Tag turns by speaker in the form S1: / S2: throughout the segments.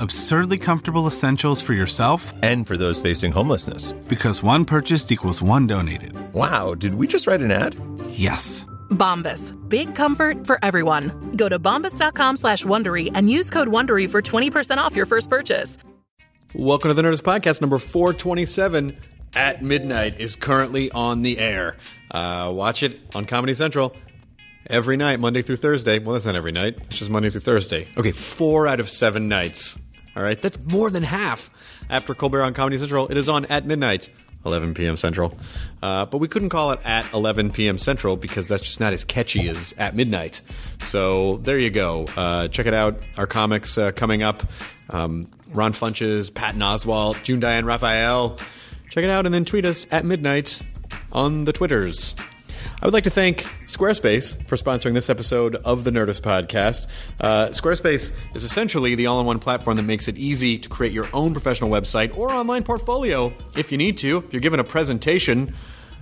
S1: Absurdly comfortable essentials for yourself
S2: and for those facing homelessness.
S1: Because one purchased equals one donated.
S2: Wow, did we just write an ad?
S1: Yes.
S3: Bombas. Big comfort for everyone. Go to bombas.com slash Wondery and use code Wondery for 20% off your first purchase.
S4: Welcome to the Nerdist Podcast number 427 at midnight is currently on the air. Uh, watch it on Comedy Central every night, Monday through Thursday. Well, that's not every night. It's just Monday through Thursday. Okay, four out of seven nights. All right, that's more than half. After Colbert on Comedy Central, it is on at midnight. 11 p.m. Central. Uh, but we couldn't call it at 11 p.m. Central because that's just not as catchy as at midnight. So there you go. Uh, check it out. Our comics uh, coming up um, Ron Funches, Patton Oswalt, June Diane Raphael. Check it out and then tweet us at midnight on the Twitters. I would like to thank Squarespace for sponsoring this episode of the Nerdist Podcast. Uh, Squarespace is essentially the all in one platform that makes it easy to create your own professional website or online portfolio if you need to. If you're given a presentation,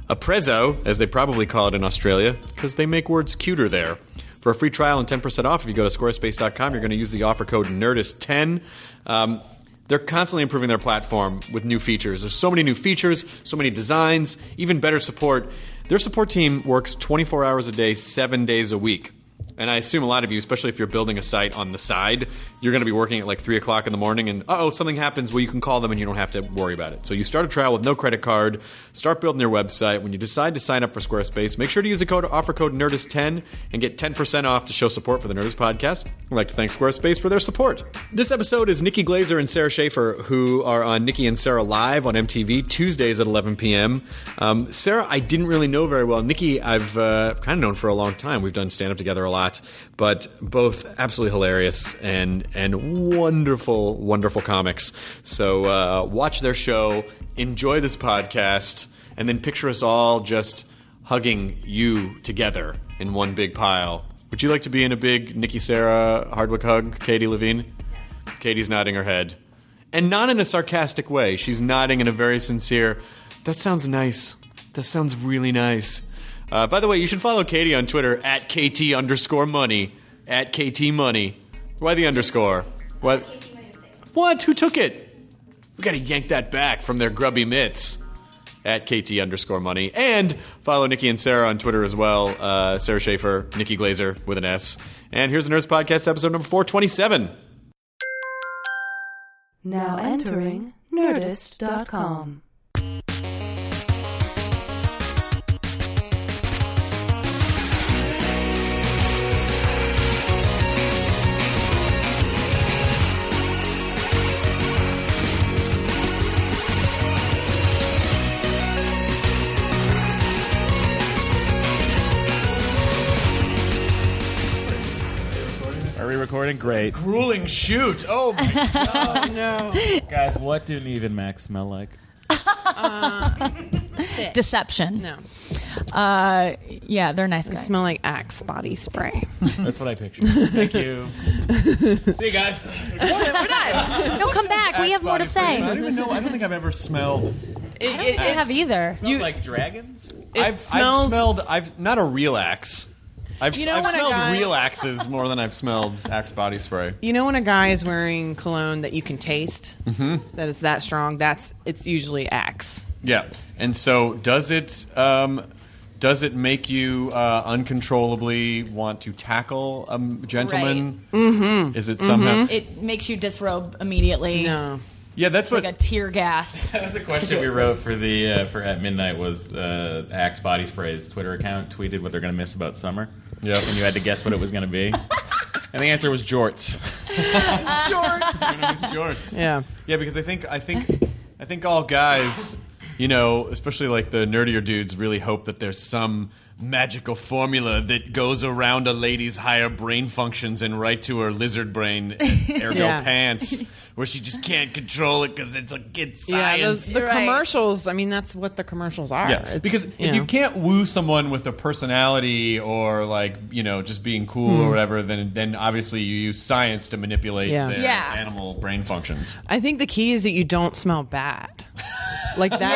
S4: a prezzo, as they probably call it in Australia, because they make words cuter there. For a free trial and 10% off, if you go to squarespace.com, you're going to use the offer code NERDIST10. Um, they're constantly improving their platform with new features. There's so many new features, so many designs, even better support. Their support team works 24 hours a day, seven days a week. And I assume a lot of you, especially if you're building a site on the side, you're going to be working at like 3 o'clock in the morning and, oh, something happens. Well, you can call them and you don't have to worry about it. So you start a trial with no credit card, start building your website. When you decide to sign up for Squarespace, make sure to use the code, offer code NERDIST10 and get 10% off to show support for the Nerdist podcast. I'd like to thank Squarespace for their support. This episode is Nikki Glazer and Sarah Schaefer, who are on Nikki and Sarah Live on MTV Tuesdays at 11 p.m. Um, Sarah, I didn't really know very well. Nikki, I've uh, kind of known for a long time. We've done stand up together a lot but both absolutely hilarious and and wonderful, wonderful comics. So uh, watch their show, enjoy this podcast, and then picture us all just hugging you together in one big pile. Would you like to be in a big Nikki Sarah Hardwick hug, Katie Levine? Katie's nodding her head. And not in a sarcastic way. She's nodding in a very sincere, that sounds nice. That sounds really nice. Uh, by the way, you should follow Katie on Twitter at KT underscore money. At KT money. Why the underscore? What? What? Who took it? We gotta yank that back from their grubby mitts. At KT underscore money. And follow Nikki and Sarah on Twitter as well. Uh, Sarah Schaefer, Nikki Glazer with an S. And here's the Nerds Podcast episode number 427.
S5: Now entering Nerdist.com.
S6: Are we recording? Great.
S4: Grueling shoot. Oh, my
S6: Guys, what do Neve and Max smell like?
S7: deception.
S8: No.
S7: Uh, yeah, they're nice guys.
S8: Smell like Axe body spray.
S6: That's what I picture. Thank you. See you guys.
S7: No, come back. We have more to
S6: I
S7: say.
S6: don't even know. I don't think I've ever smelled.
S7: I have either.
S6: Smelled like dragons?
S4: I've, I've
S8: smells-
S4: smelled. I've not a real axe. I've,
S8: You know
S4: I've
S8: when a
S4: smelled
S8: guy-
S4: real axes more than I've smelled axe body spray.
S8: You know when a guy is wearing cologne that you can taste, mm-hmm. is that strong. That's it's usually Axe.
S4: Yeah, and so does it? Um, does it make you uh, uncontrollably want to tackle a m- gentleman? Mm-hmm. Is it somehow?
S7: It makes you disrobe immediately.
S8: No,
S4: Yeah, that's
S5: like
S4: what.
S5: a tear gas.
S6: That was a question we wrote for the uh, for at midnight was uh, Axe Body Spray's Twitter account tweeted what they're gonna miss about summer.
S4: Yeah.
S6: and you had to guess what it was gonna be, and the answer was jorts. jorts. jorts.
S8: Yeah.
S4: Yeah, because I think I think I think all guys, you know, especially like the nerdier dudes, really hope that there's some magical formula that goes around a lady's higher brain functions and right to her lizard brain, ergo
S8: Yeah.
S4: pants, where she just can't control it because it's a kid
S8: Yeah,
S4: science.
S8: those, the
S5: You're right.
S8: commercials. I mean, that's what the commercials are.
S4: Yeah,
S8: It's,
S4: because
S8: you
S4: if you
S8: know.
S4: can't woo someone with a personality or like you know just being cool or whatever, then then obviously you use science to manipulate
S8: Hmm. Yeah.
S4: their
S5: Yeah.
S4: animal brain functions.
S8: I think the key is that you don't smell bad. Like that is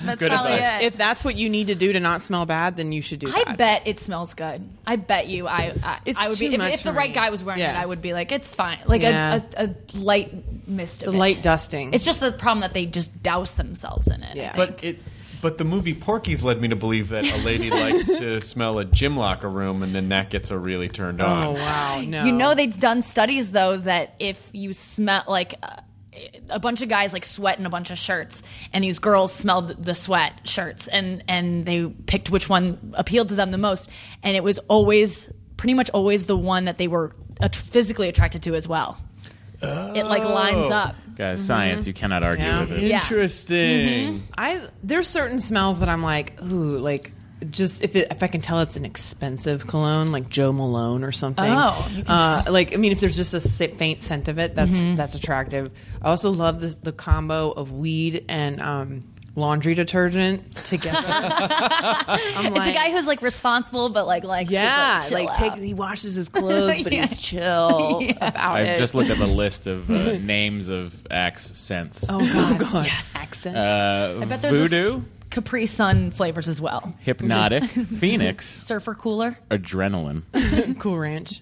S5: Yeah, that's
S4: good
S5: probably
S4: advice.
S5: it.
S8: If that's what you need to do to not smell bad, then you should do
S5: I
S8: that.
S5: bet it smells good. I bet you. I. I,
S8: It's
S5: I would
S8: too
S5: be if,
S8: much
S5: if the
S8: for
S5: right
S8: me.
S5: guy was wearing
S8: Yeah.
S5: it. I would be like, it's fine. Like
S8: Yeah.
S5: a, a, a light mist. Of
S8: The
S5: it.
S8: light dusting.
S5: It's just the problem that they just douse themselves in it. I
S8: Yeah.
S5: think.
S4: But it. But the movie Porky's led me to believe that a lady likes to smell a gym locker room, and then that gets her really turned on.
S8: Oh wow! No,
S5: You know they've done studies though that if you smell like uh, a bunch of guys like sweat in a bunch of shirts, and these girls smelled the sweat shirts, and and they picked which one appealed to them the most, and it was always pretty much always the one that they were at- physically attracted to as well. It like lines
S8: Oh.
S5: up.
S6: Guys, science you cannot argue
S8: Yeah.
S6: with it.
S5: Mm-hmm. Yeah.
S4: Interesting.
S8: I there's certain smells that I'm like, ooh, like just if it, if I can tell it's an expensive cologne, like Joe Malone or something.
S5: Oh, you
S8: uh, like I mean, if there's just a si- faint scent of it, that's that's attractive. I also love the the combo of weed and um, laundry detergent together. I'm
S5: It's a guy who's like responsible, but like likes
S8: yeah,
S5: to,
S8: like,
S5: like,
S8: take he washes his clothes, but he's chill about
S6: I
S8: it.
S6: just looked at the list of uh, names of Axe scents.
S8: oh god, accents.
S6: Uh,
S5: I bet they're the-
S6: voodoo,
S5: Capri Sun flavors as well.
S6: hypnotic, phoenix,
S5: Surfer cooler.
S6: adrenaline,
S8: cool Ranch.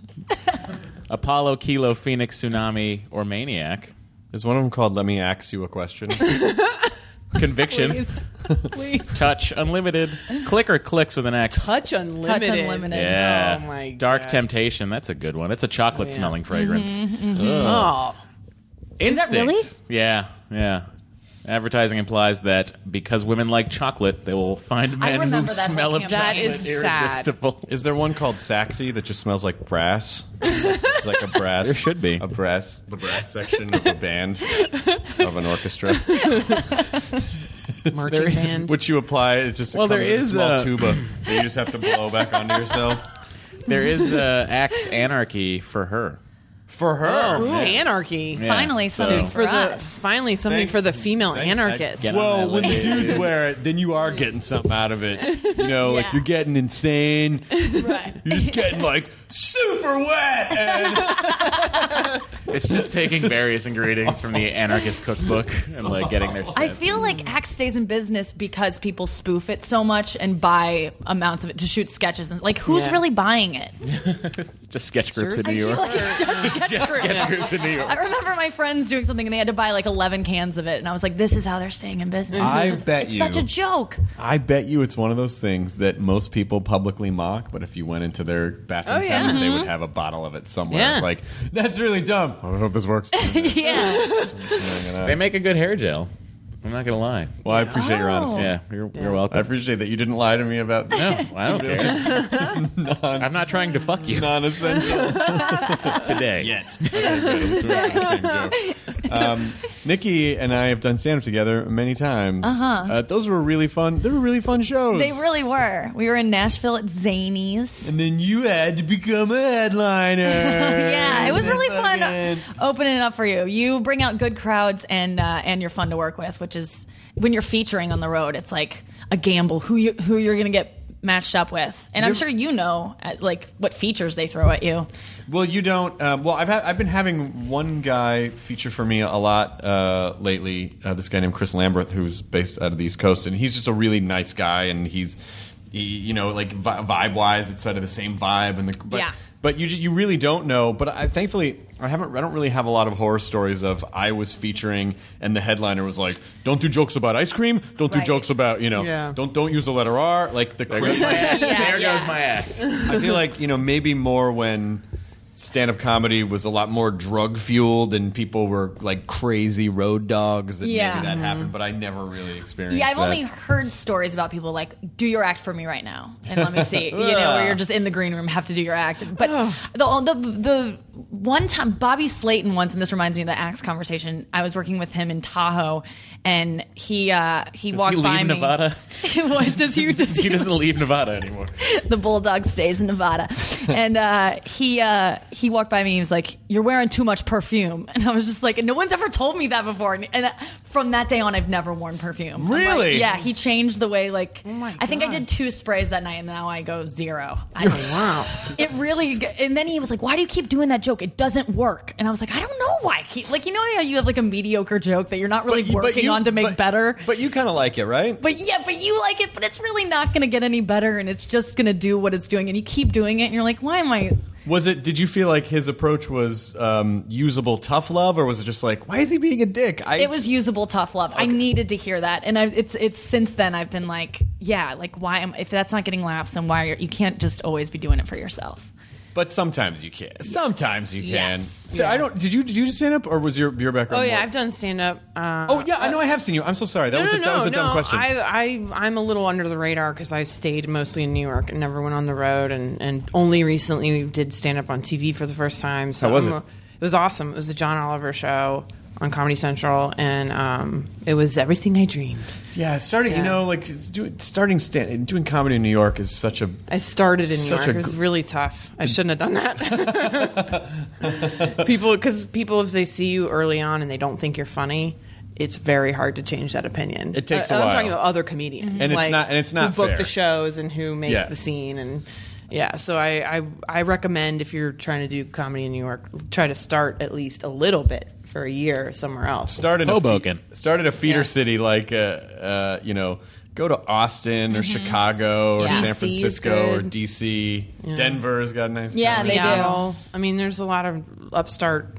S6: Apollo, Kilo, Phoenix, Tsunami, or Maniac,
S4: There's one of them called "Let Me Ask You a Question."
S6: Conviction, Touch, Unlimited, Click or Clicks with an X.
S8: Touch unlimited.
S5: Unlimited.
S6: Yeah.
S8: Oh my
S6: Dark
S8: God. Mm-hmm,
S6: Temptation. That's a good one. It's a chocolate smelling fragrance.
S8: Oh.
S6: Instinct.
S5: that really?
S6: Yeah. Yeah. Advertising implies that because women like chocolate, they will find men who
S5: remember that whole
S6: smell of chocolate
S5: campaign. That
S8: is sad.
S6: irresistible.
S4: Is there one called Saxy that just smells like brass? It's like a brass.
S6: There should be.
S4: a brass, the brass section of a band of an orchestra,
S8: Marching band.
S4: which you apply. It's just
S6: Well,
S4: it comes
S6: there
S4: in a
S6: is,
S4: small
S6: uh,
S4: tuba. that You just have to blow back onto yourself.
S6: There is uh, Axe Anarchy for her.
S4: For her,
S8: Ooh, anarchy.
S6: Yeah,
S5: Finally,
S6: so-
S5: something
S8: For
S5: for,
S8: the
S5: us.
S8: finally something for the female anarchist.
S6: Get on
S4: well,
S6: that
S4: when the
S6: list.
S4: dudes wear it, then you are getting something out of it. You know, like
S5: Yeah.
S4: you're getting insane. You're just getting like super wet. And
S6: It's just taking various ingredients from the anarchist cookbook and like getting their.
S5: I feel like Axe stays in business because people spoof it so much and buy amounts of it to shoot sketches. And like, who's
S8: Yeah.
S5: really buying it?
S6: just sketch groups in
S8: Jersey?
S6: New York.
S5: Like, it's just sketch,
S6: sketch groups in New York.
S5: I remember my friends doing something and they had to buy like 11 cans of it, and I was like, "This is how they're staying in business."
S4: I
S5: It's
S4: bet you.
S5: Such a joke.
S4: I bet you it's one of those things that most people publicly mock, but if you went into their bathroom
S8: Oh, yeah.
S4: cabinet, they would have a bottle of it somewhere.
S8: Yeah.
S4: Like, that's really dumb. I hope this works.
S5: Yeah.
S6: They make a good hair gel. I'm not gonna lie.
S4: well, I appreciate
S8: Oh.
S4: your honesty.
S6: Yeah, you're, you're
S4: I
S6: welcome.
S4: appreciate that you didn't lie to me about this.
S6: No, I don't care.
S4: non,
S6: I'm not trying to fuck you
S4: non-essential
S6: today.
S4: yet. um, Nikki and I have done stand-up together many times. Uh-huh. those were really fun. They were really fun shows.
S5: They really were. We were in Nashville at Zanies.
S4: And then you had to become a headliner.
S5: Yeah, it was really fun
S4: Fucking-
S5: opening it up for you. You bring out good crowds and uh, and you're fun to work with, which is when you're featuring on the road, it's like a gamble who you who you're gonna get matched up with. And I'm sure you know uh, like what features they throw at you.
S4: Well, you don't. Um, well, I've had, I've been having one guy feature for me a lot uh, lately. Uh, this guy named Chris Lambert, who's based out of the East Coast, and he's just a really nice guy, and he's, he, you know, like vi- vibe wise, it's sort of the same vibe, and the but,
S5: Yeah.
S4: but you ju- you really don't know. But I thankfully I haven't. I don't really have a lot of horror stories of I was featuring and the headliner was like, "Don't do jokes about ice cream. Don't do
S5: Right.
S4: jokes about you know.
S8: Yeah.
S4: Don't don't use the letter R. Like the
S6: There goes
S4: crazy
S6: my axe.
S5: Yeah,
S6: there
S5: yeah.
S6: goes my axe.
S4: I feel like you know maybe more when stand-up comedy was a lot more drug fueled and people were like crazy road dogs that
S5: Yeah. Mm-hmm.
S4: maybe that happened but i never really experienced
S5: Yeah, I've
S4: that.
S5: only heard stories about people like, do your act for me right now, and let me see. you know, where you're just in the green room, have to do your act. But the, the the one time Bobby Slayton once, and this reminds me of the axe conversation. I was working with him in Tahoe, and he uh, he
S6: Does
S5: walked
S6: he leave
S5: by me.
S6: Nevada?
S5: What, does he? Does
S6: he doesn't leave Nevada anymore.
S5: the bulldog stays in Nevada. And uh, he uh, he walked by me. He was like, "You're wearing too much perfume," and I was just like, "No one's ever told me that before." And, and uh, from that day on, I've never worn perfume. I'm like,
S4: Really?
S5: yeah. He changed the way. Like, I think I
S8: God.
S5: did two sprays that night, and now I go zero. I
S8: Wow.
S5: it really and then he was like why do you keep doing that joke it doesn't work and i was like i don't know why I keep, like you know how you have like a mediocre joke that you're not really
S4: But you- but
S5: working
S4: you-
S5: on to make
S4: but-
S5: better
S4: but you kind of like it right
S5: but yeah, but you like it, but it's really not going to get any better, and it's just going to do what it's doing, and you keep doing it, and you're like, why am I?
S4: was it did you feel like his approach was um, usable tough love or was it just like why is he being a dick i
S5: It was usable tough love. I needed to hear that, and I, it's it's since then I've been like, yeah, like why am if that's not getting laughs, then why are you, you can't just always be doing it for yourself.
S4: but sometimes you can sometimes you can
S5: Yes.
S4: so i don't did you did you stand up or was your your
S8: Oh
S4: background
S8: yeah,
S4: more-
S8: I've done stand up. Uh,
S4: oh yeah i know i have seen you i'm so sorry that was a, that was a dumb question
S8: I, I, I'm a little under the radar because I've stayed mostly in New York and never went on the road, and, and only recently did stand up on TV for the first time. So
S4: How was
S8: I'm
S4: it?
S8: a- it was awesome. It was the John Oliver show on Comedy Central, and um, it was everything I dreamed.
S4: Yeah, starting you
S8: Yeah.
S4: know like it's doing starting stand doing comedy in New York is such a
S8: I started in New
S4: Such
S8: York.
S4: a
S8: It was
S4: gr-
S8: really tough. I shouldn't have done that. people, because people, if they see you early on and they don't think you're funny, it's very hard to change that opinion. Mhm.
S4: It takes
S8: I,
S4: a
S8: Uh, I'm talking
S4: while.
S8: about other comedians,
S4: And it's
S8: like,
S4: not- and it's not
S8: who book
S4: fair.
S8: the shows and who make
S4: Yeah.
S8: the scene and. Yeah, so I, I I recommend if you're trying to do comedy in New York, try to start at least a little bit for a year somewhere else.
S4: start in a fe-
S6: Hoboken.
S4: start at a feeder
S8: Yeah.
S4: city like uh, uh, you know go to Austin or Chicago or
S8: Yeah.
S4: San
S8: DC is
S4: Francisco or
S8: good.
S4: DC. Denver's got a nice
S5: Yeah,
S4: comedy.
S5: they do.
S8: Seattle. I mean, there's a lot of upstart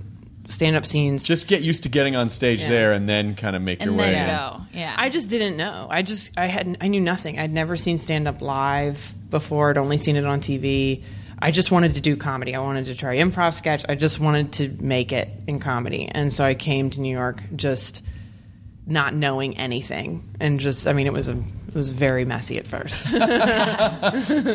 S8: stand-up scenes.
S4: Just get used to getting on stage
S8: Yeah.
S4: there and then kind of make
S5: And
S4: your
S5: then
S4: way. in.
S5: go, yeah.
S8: I just didn't know. I just I had I knew nothing. I'd never seen stand up live before. I'd only seen it on TV. I just wanted to do comedy. I wanted to try improv sketch. I just wanted to make it in comedy. And so I came to New York just not knowing anything and just I mean it was a it was very messy at first.
S4: and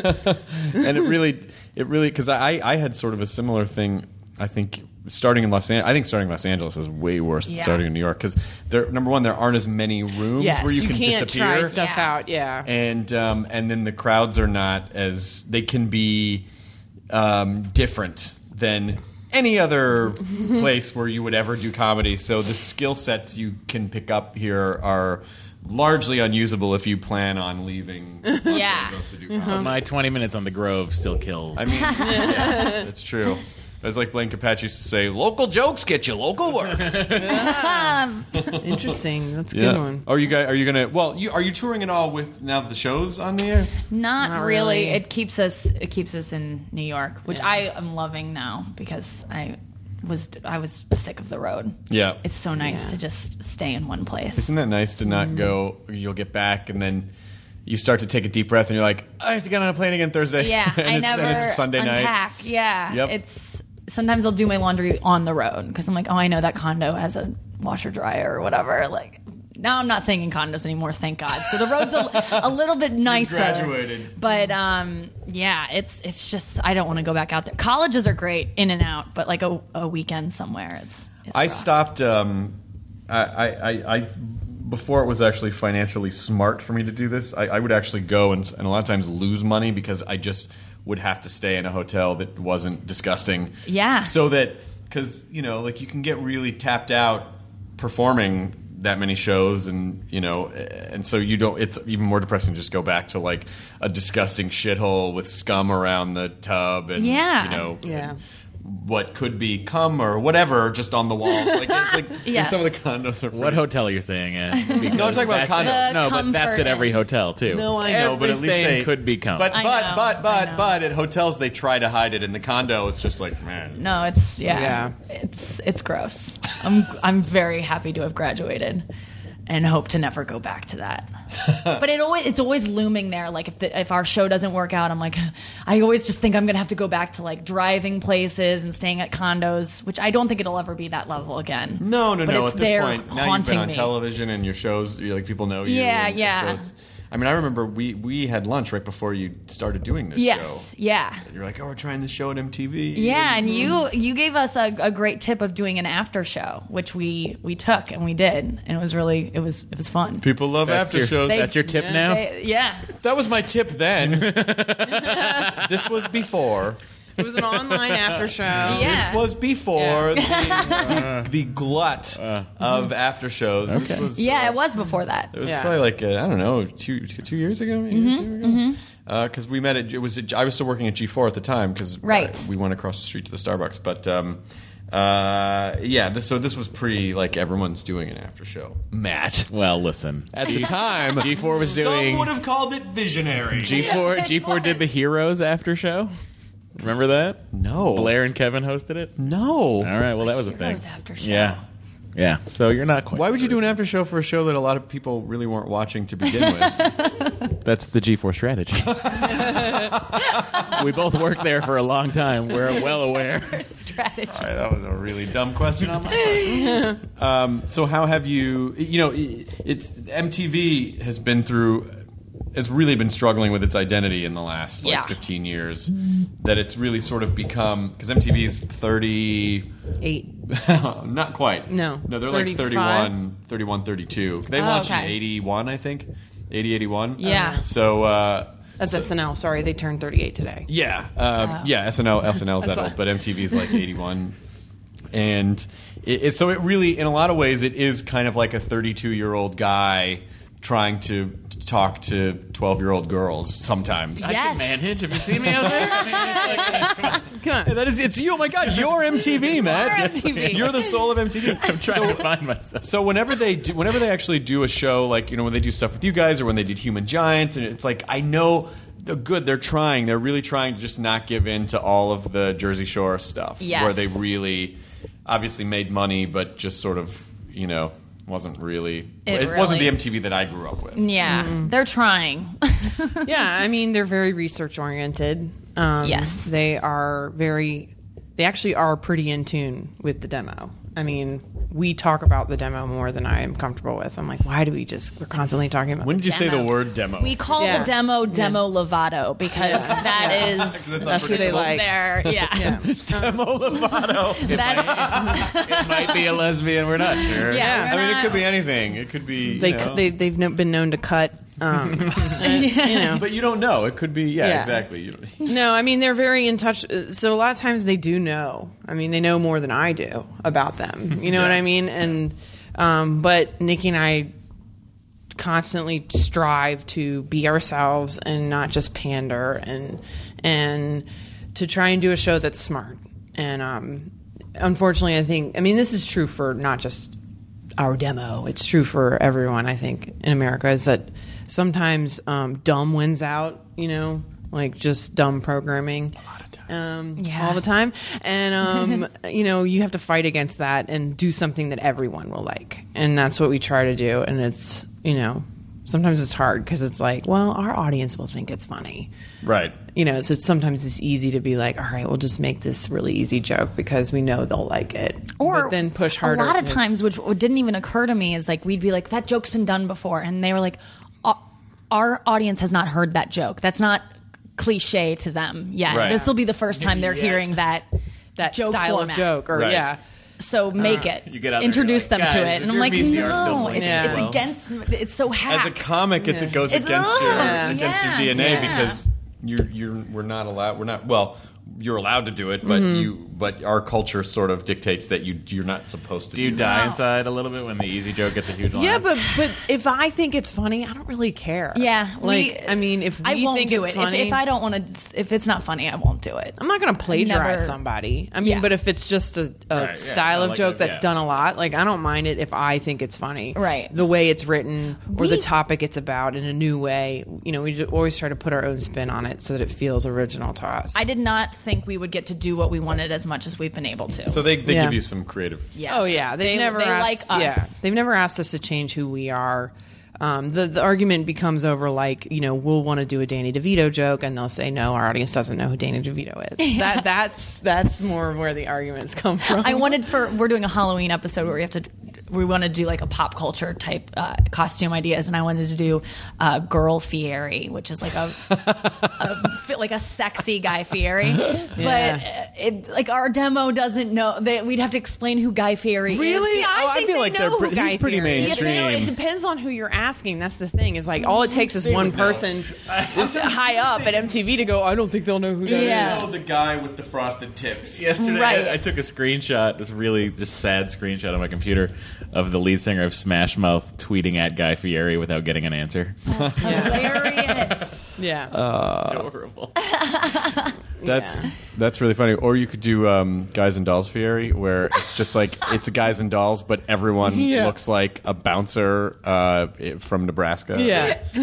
S4: it really, it really, because I, I had sort of a similar thing. I think starting in Los Angeles, I think starting in Los Angeles is way worse than
S5: Yeah.
S4: starting in New York because there, number one, there aren't as many rooms
S8: yes,
S4: where you,
S8: you
S4: can
S8: not
S4: disappear.
S8: try stuff
S5: Yeah.
S8: out. Yeah.
S4: and um, and then the crowds are not as they can be um, different than any other place where you would ever do comedy. So the skill sets you can pick up here are largely unusable if you plan on leaving. Los
S5: Yeah. Mm-hmm.
S4: Angeles to do comedy.
S6: My 20 minutes on the Grove still kills.
S4: I mean, yeah, that's true. It's like Blaine Capatch used to say, "Local jokes get you local work."
S8: Interesting. That's a good one.
S4: Are you guys? Are you gonna? Well, you, are you touring at all with now that the show's on the air?
S5: Not, really.
S8: really.
S5: It keeps us. It keeps us in New York, which I am loving now because I was I was sick of the road.
S4: Yeah.
S5: It's so nice to just stay in one place.
S4: Isn't that nice to not go? You'll get back, and then you start to take a deep breath, and you're like, I have to get on a plane again Thursday.
S5: Yeah,
S4: and,
S5: I
S4: it's,
S5: never
S4: and it's Sunday night.
S5: unpack. Yeah,
S4: Yep.
S5: it's sometimes I'll do my laundry on the road because I'm like, oh, I know that condo has a washer dryer or whatever. Like now I'm not staying in condos anymore, thank God. So the road's a, a little bit nicer.
S4: graduated.
S5: but um, yeah, it's it's just I don't want to go back out there. Colleges are great in and out, but like a, a weekend somewhere is. is
S4: I
S5: rough.
S4: stopped. Um, I, I, I, I, before it was actually financially smart for me to do this. I, I would actually go and, and a lot of times lose money because I just would have to stay in a hotel that wasn't disgusting.
S5: Yeah.
S4: So that because you know, like you can get really tapped out performing that many shows and you know and so you don't it's even more depressing to just go back to like a disgusting shithole with scum around the tub and
S5: Yeah.
S4: you know
S8: Yeah.
S4: what could be cum or whatever just on the walls. Like, it's like
S5: Yes.
S4: some of the condos are.
S6: what hotel are you staying at? no,
S4: I'm talking about condos.
S6: No, but that's
S5: Comfort
S6: at every
S5: Inn.
S6: hotel too.
S5: Uh,
S4: No, I know, but at least they
S6: Every stain could be cum.
S4: But
S5: I
S4: but
S5: know,
S4: but but
S5: I know.
S4: but at hotels they try to hide it. In the condo, it's just like man.
S5: No, it's yeah,
S8: Yeah.
S5: it's it's gross. I'm I'm very happy to have graduated. and hope to never go back to that. but it always it's always looming there. Like if the, if our show doesn't work out, I'm like, I always just think I'm gonna have to go back to like driving places and staying at condos, which I don't think it'll ever be that level again.
S4: No, no,
S5: but
S4: no.
S5: It's
S4: At this
S5: there
S4: point, now you've
S5: haunting
S4: been on
S5: me.
S4: television and your shows, you like people know you.
S5: Yeah,
S4: and- and
S5: yeah.
S4: So it's, I mean, I remember we we had lunch right before you started doing this
S5: Yes,
S4: show.
S5: yeah.
S4: You're like, oh, we're trying this show at MTV.
S5: Yeah, and you
S4: Mm-hmm.
S5: you gave us a, a great tip of doing an after show, which we we took and we did, and it was really it was it was fun.
S4: People love
S6: That's
S4: after
S6: your,
S4: shows.
S6: That's your tip now.
S5: They- yeah,
S4: that was my tip then. this was before.
S8: It was an online after show.
S5: yeah.
S4: This was before the, the glut
S6: Uh, mm-hmm.
S4: of after shows. This was
S5: yeah,
S4: uh,
S5: it was before that.
S4: It was
S8: Yeah.
S4: probably like uh, I don't know two two two years ago, maybe
S5: Mm-hmm.
S4: two years ago. Because we met at it was at, I was still working at G four at the time because
S5: Right.
S4: we went across the street to the Starbucks. But um, uh, yeah, this, so this was pre like everyone's doing an after show. Matt
S6: Well, listen.
S4: at the time
S6: G4 was doing
S4: Some would have called it visionary.
S6: G4. G4 did the Heroes after show. Remember that?
S4: no,
S6: Blair and Kevin hosted it.
S4: No.
S6: All right. Well, that was a thing.
S5: Heroes after show.
S6: Yeah. Yeah. So you're not quite.
S4: Why would you do an after show for a show that a lot of people really weren't watching to begin with?
S6: That's the G4 strategy. we both worked there for a long time. We're well aware.
S5: strategy.
S4: All right, that was a really dumb question on my part. um, so how have you? You know, it's MTV has been through. It's really been struggling with its identity in the last like
S5: Yeah.
S4: 15 years. That it's really sort of become because MTV is 30,
S8: Eight.
S4: not quite.
S8: No.
S4: no, they're
S8: 35?
S4: like 31, 31, 32. They
S5: Oh,
S4: launched in
S5: okay.
S4: 81, I think, 80, 81.
S5: Yeah.
S4: So. Uh,
S8: That's SNL. Sorry, they turned 38 today.
S4: yeah, um, yeah. SNL, SNL's that
S8: saw-
S4: old, but MTV's like eighty-one, and it, it, so it really, in a lot of ways, it is kind of like a thirty-two-year-old guy trying to talk to twelve-year-old girls sometimes.
S5: Yeah. Yes.
S6: Man Hinge, have you seen me out there? I mean, it's like-
S4: Hey, That is, it's you. Oh my God, you're MTV, Matt.
S5: MTV.
S4: You're the soul of MTV.
S6: I'm trying to find myself.
S4: So whenever they do, whenever they actually do a show, like you know when they do stuff with you guys or when they did Human Giant, and it's like I know they're good, they're trying, they're really trying to just not give in to all of the Jersey Shore stuff,
S5: Yes.
S4: where they really obviously made money, but just sort of you know wasn't really
S5: It
S4: wasn't the
S5: really-
S4: MTV that I grew up with.
S5: Yeah, they're trying.
S8: Yeah, I mean they're very research oriented. Um,
S5: Yes.
S8: they are very. They actually are pretty in tune with the demo. I mean, we talk about the demo more than I am comfortable with. I'm like, why do we just? We're constantly talking about.
S4: When did you say the
S5: Demo.
S4: word demo?
S5: we call
S8: Yeah.
S5: the demo "Demo Lovato" because that is
S8: that's who they like.
S5: there. Yeah, Um,
S4: demo Lovato.
S5: that's
S6: It might be a lesbian. We're not sure.
S5: yeah.
S4: I mean, it could be anything. It could be
S8: They
S4: you know.
S8: they they've no- been known to cut. Um,
S4: but you don't know. It could be yeah,
S8: Yeah.
S4: exactly. You don't,
S8: no, I mean they're very in touch. uh, So a lot of times they do know. I mean they know more than I do about them. You know what I mean? And um, but Nikki and I constantly strive to be ourselves and not just pander and and to try and do a show that's smart. And um, unfortunately, I think I mean this is true for not just our demo. It's true for everyone. I think in America is that sometimes um, dumb wins out. You know, like just dumb programming. A lot of times. Um,
S5: Yeah.
S8: All the time, and um, you know you have to fight against that and do something that everyone will like, and that's what we try to do. And it's you know sometimes it's hard because it's like, well, our audience will think it's funny,
S4: right.
S8: you know, so sometimes it's easy to be like, all right, we'll just make this really easy joke because we know they'll like it.
S5: or
S8: But then push harder.
S5: A lot of times, which didn't even occur to me, is like we'd be like, "That joke's been done before," and they were like, "Our- "Our audience has not heard that joke. That's not cliche to them yet.
S4: Right.
S5: This will be the first time they're hearing that
S8: that
S5: joke
S8: style
S5: format.
S8: of joke, or
S4: Right.
S8: yeah,
S5: So make
S8: Ah.
S5: it.
S6: You get out there,
S5: introduce
S6: you're like,
S5: them to
S6: "Guys,
S5: it,
S6: is
S5: and I'm
S6: your
S5: like,
S6: VCR
S5: no,
S6: still
S5: it's,
S6: playing?"
S5: it's
S6: Yeah.
S5: against. It's so hack.
S4: as a comic, it's, it goes
S5: It's-
S4: against your
S5: Yeah.
S4: against
S5: Yeah.
S4: your DNA
S5: Yeah.
S4: because you're you're we're not allowed. We're not well. You're allowed to do it, but you but our culture sort of dictates that you you're not supposed to.
S6: Do you
S4: that.
S6: die inside a little bit when the easy joke gets a huge line?
S8: yeah. But but if I think it's funny, I don't really care.
S5: yeah,
S8: like
S5: we-
S8: I mean, if we
S5: I won't
S8: think
S5: do
S8: it's
S5: it, If-
S8: funny,
S5: if, I don't want to, if it's not funny, I won't do it.
S8: I'm not going to plagiarize
S5: Never-
S8: somebody. I mean,
S5: Yeah.
S8: but if it's just a, a
S6: Right, yeah,
S8: style of
S6: like
S8: joke
S6: that,
S8: that's
S6: yeah.
S8: done a lot, like I don't mind it if I think it's funny.
S5: Right.
S8: The way it's written or the
S5: We-
S8: topic it's about in a new way. You know, we ju- always try to put our own spin on it so that it feels original to us.
S5: I did not think we would get to do what we wanted as much as we've been able to.
S4: So they, they
S8: Yeah.
S4: give you some creative.
S5: Yes.
S8: Oh yeah, they've
S5: They-
S8: never
S5: they
S8: asked,
S5: like us.
S8: Yeah, they've never asked us to change who we are. Um, the the argument becomes over like you know we'll want to do a Danny DeVito joke and they'll say no our audience doesn't know who Danny DeVito is that that's that's more where the arguments come from
S4: Uh-huh.
S5: I wanted for we're doing a Halloween episode where we have to we want to do like a pop culture type uh, costume ideas, and I wanted to do uh, girl Fieri, which is like a, a fit- like a sexy guy Fieri,
S8: Yeah.
S5: but uh, it, like our demo doesn't know that we'd have to explain who Guy Fieri is.
S4: Really? Oh, I feel like they're pre- he's pretty
S8: is.
S4: mainstream.
S8: You know, it depends on who you're asking. That's the thing. Is like all it takes is one person high up at MTV to go. I don't think they'll know who that is.
S5: Yeah.
S9: the guy with the frosted tips.
S6: Yesterday,
S5: Right.
S6: I, I took a screenshot, this really just sad screenshot on my computer of the lead singer of Smash Mouth tweeting at Guy Fieri without getting an answer.
S5: Hilarious.
S8: Yeah.
S4: Uh,
S6: Adorable.
S4: That's
S8: Yeah.
S4: that's really funny. Or you could do um, Guys and Dolls Fieri, where it's just like it's a Guys and Dolls, but everyone
S8: Yeah.
S4: looks like a bouncer uh, from Nebraska.
S8: yeah.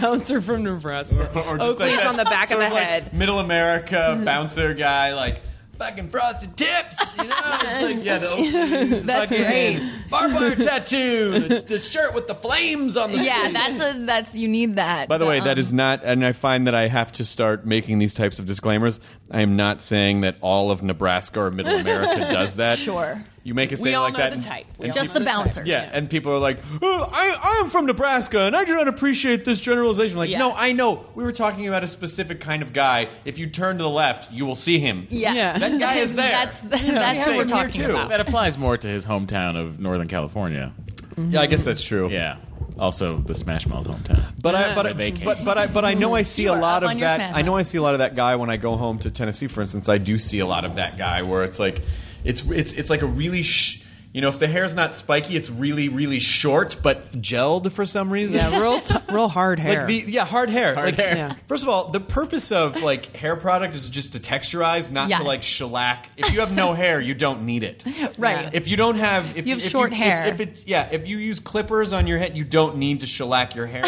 S8: Bouncer from Nebraska.
S9: Or just
S8: Oakley's
S9: that
S8: on the back
S9: sort
S8: of the head.
S9: Like middle America bouncer guy, like fucking frosted tips. You know, it's like yeah, the Oakley's,
S5: That's
S9: fucking
S5: great.
S9: barbed wire tattoo, the, the shirt with the flames on the.
S5: yeah, that's a that's you need that. Um,
S4: By the way,
S8: um,
S4: that is not, and I find that I have to start making these types of disclaimers. I am not saying that all of Nebraska or Middle America does that.
S5: Sure.
S4: You make a
S8: We
S4: statement
S8: all
S4: like
S8: know
S4: that.
S8: the type. We all
S5: just
S8: know
S5: the
S8: type.
S5: bouncer.
S4: Yeah, and people are like, oh, I, I'm from Nebraska, and I do not appreciate this generalization. Like,
S5: Yes.
S4: no, I know. We were talking about a specific kind of guy. If you turn to the left, you will see him.
S5: Yes.
S8: Yeah.
S4: That guy is there.
S5: That's that's who
S4: him here
S5: we're talking
S4: too.
S6: That
S5: about.
S6: applies more to his hometown of Northern California.
S4: Yeah, I guess that's true.
S6: Yeah. Also, the Smash Mouth hometown.
S4: But I, but,
S6: Where they came
S4: but but I but I know I see
S5: You
S4: a
S5: are
S4: lot
S5: up on
S4: of
S5: your
S4: that.
S5: Smash
S4: I know
S5: Mouth.
S4: I see a lot of that guy when I go home to Tennessee, for instance. I do see a lot of that guy where it's like, it's it's it's like a really, sh- you know, if the hair's not spiky, it's really really short but gelled for some reason.
S8: Yeah, real, t- real hard hair.
S4: Like the yeah, hard hair.
S6: Hard
S4: like,
S6: hair.
S8: Yeah.
S4: First of all, the purpose of like hair product is just to texturize, not
S5: Yes.
S4: to like shellac. If you have no hair, you don't need it.
S5: Right.
S4: If you don't have, if
S5: You have
S4: if
S5: short
S4: if-
S5: hair.
S4: if, it's yeah, if you use clippers on your head, you don't need to shellac your hair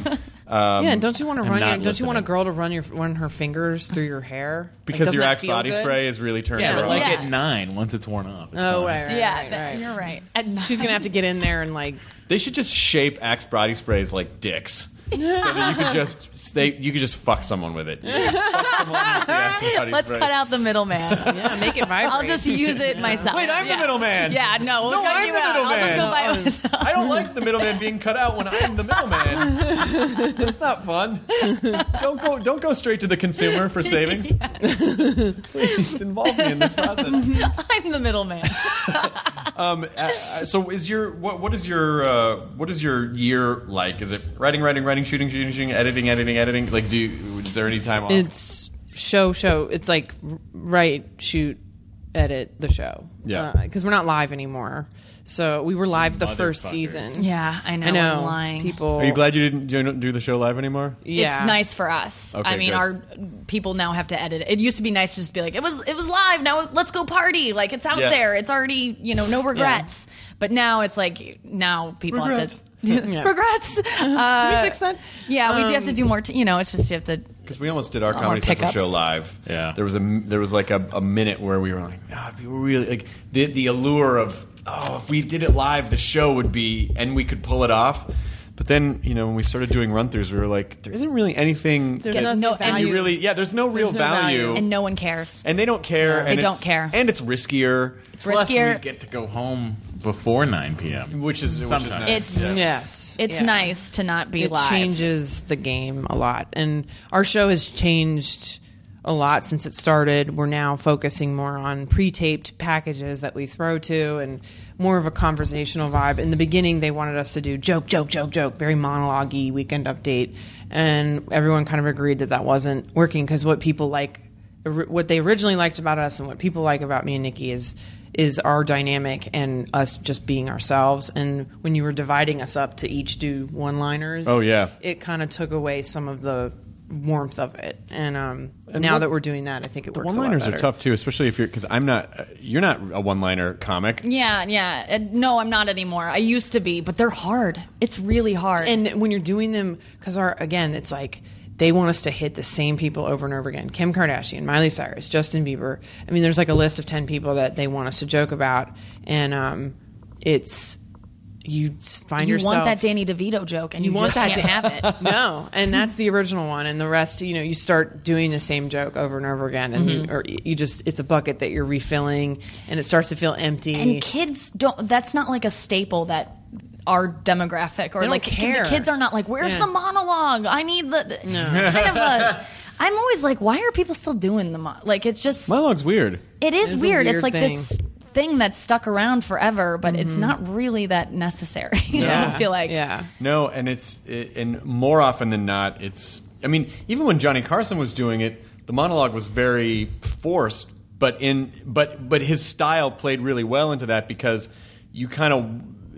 S4: down
S8: yeah, and don't you want to run? Your,
S6: not
S8: don't you want a
S6: listening.
S8: girl to run your run her fingers through your hair Like,
S4: because
S8: doesn't
S4: your
S8: that
S4: Axe
S8: feel
S4: body
S8: good?
S4: spray is really turned
S8: Yeah,
S4: her
S8: but
S4: on.
S6: Like
S5: Yeah.
S6: at nine, once it's worn off. It's fine.
S8: Oh, right, right,
S5: yeah,
S8: right,
S5: that-
S8: right.
S5: you're right. And
S8: She's gonna have to get in there and like
S4: They should just shape Axe body sprays like dicks. so that you could just they you could just fuck someone with it. You could just fuck someone with the Axe body
S5: Let's
S4: spray.
S5: cut out the middleman.
S8: yeah, make it vibrate.
S5: I'll just use it myself.
S4: Wait, I'm
S5: Yeah.
S4: the middleman.
S5: Yeah, no, we'll
S4: No,
S5: cut
S4: I'm
S5: you
S4: the
S5: out. I'll
S4: middleman.
S5: just go by myself.
S4: I don't like the middleman being cut out when I'm the middleman. That's not fun. Don't go don't go straight to the consumer for savings. Please involve me in this process.
S5: I'm the middleman.
S4: Um, uh, uh, so is your what what is your uh, what is your year like? Is it writing, writing, writing, shooting, shooting, shooting, editing, editing, editing? Like, do you, is there any time off?
S8: it's show show. It's like r- write shoot edit the show.
S4: Yeah.
S8: because we're not live anymore. So we were live the first
S6: Motherfuckers.
S8: season.
S5: Yeah, I know.
S8: I know
S5: I'm lying.
S8: people.
S4: Are you glad you didn't you don't do the show live anymore?
S8: Yeah,
S5: It's nice for us.
S4: Okay,
S5: I mean,
S4: good.
S5: our people now have to edit. it. It used to be nice to just be like, it was, it was live. Now let's go party. Like it's out
S4: Yeah.
S5: there. It's already, you know, no regrets. But now it's like now people
S4: Regrets.
S5: have to regrets. Uh, Can
S8: fix that? Um,
S5: Yeah, we do have to do more. T- you know, it's just you have to.
S4: Because we almost did our
S5: Lot
S4: Comedy
S5: more
S4: Central
S5: pickups.
S4: show live.
S6: Yeah.
S4: there was a there was like a, a minute where we were like, ah, it'd be really like the the allure of oh, if we did it live, the show would be and we could pull it off. But then you know when we started doing run throughs, we were like, there isn't really anything.
S8: There's
S4: that-
S8: nothing
S5: no
S4: and
S5: value.
S4: you really yeah, there's no real
S8: no
S4: value.
S8: value.
S5: and no one cares.
S4: And they don't care. and
S5: They
S4: it's-
S5: don't care.
S4: And it's riskier,
S5: It's
S6: Plus,
S5: riskier.
S6: we get to go home before 9 p.m.
S4: which is which is
S6: Sometimes.
S4: nice.
S5: It's
S8: Yes,
S5: It's
S8: Yeah.
S5: nice to not be
S8: It
S5: live.
S8: changes the game a lot, and our show has changed a lot since it started. We're now focusing more on pre-taped packages that we throw to, and more of a conversational vibe. In the beginning, they wanted us to do joke, joke, joke, joke, very monologue-y weekend update, and everyone kind of agreed that that wasn't working because what people like, or- what they originally liked about us, and what people like about me and Nikki is is our dynamic and us just being ourselves. And when you were dividing us up to each do one liners,
S4: Oh, yeah.
S8: it kind of took away some of the warmth of it. And, um, now
S4: one-
S8: that we're doing that, I think it
S4: The
S8: works.
S4: one liners
S8: a lot
S4: are
S8: better.
S4: tough too, especially if you're because I'm not. Uh, you're not a one liner comic.
S5: Yeah, yeah. Uh, No, I'm not anymore. I used to be, but they're hard. It's really hard.
S8: And when you're doing them, because our again, it's like they want us to hit the same people over and over again. Kim Kardashian, Miley Cyrus, Justin Bieber. I mean, there's like a list of 10 people that they want us to joke about. And um, it's, you s- find
S5: you
S8: yourself.
S5: want that Danny DeVito joke, and you,
S8: You want
S5: just
S8: that
S5: can't have it.
S8: no, and that's the original one, and the rest, you know, you start doing the same joke over and over again,
S5: Mm-hmm.
S8: and you, or you just—it's a bucket that you're refilling, and it starts to feel empty.
S5: And kids don't. That's not like a staple that our demographic or
S8: They don't
S5: like ki-
S8: care.
S5: the kids are not like. Where's
S8: Yeah.
S5: the monologue? I need the. It's kind of a. I'm always like, why are people still doing the mo-? like? It's just
S6: Monologue's weird.
S5: it is
S8: It's a
S5: weird.
S8: weird Mm-hmm.
S5: It's like this thing that's stuck around forever, but it's not really that necessary. I don't feel like
S8: yeah,
S4: No, and it's it, and more often than not, it's. I mean, even when Johnny Carson was doing it, the monologue was very forced, but in but but his style played really well into that because you kind of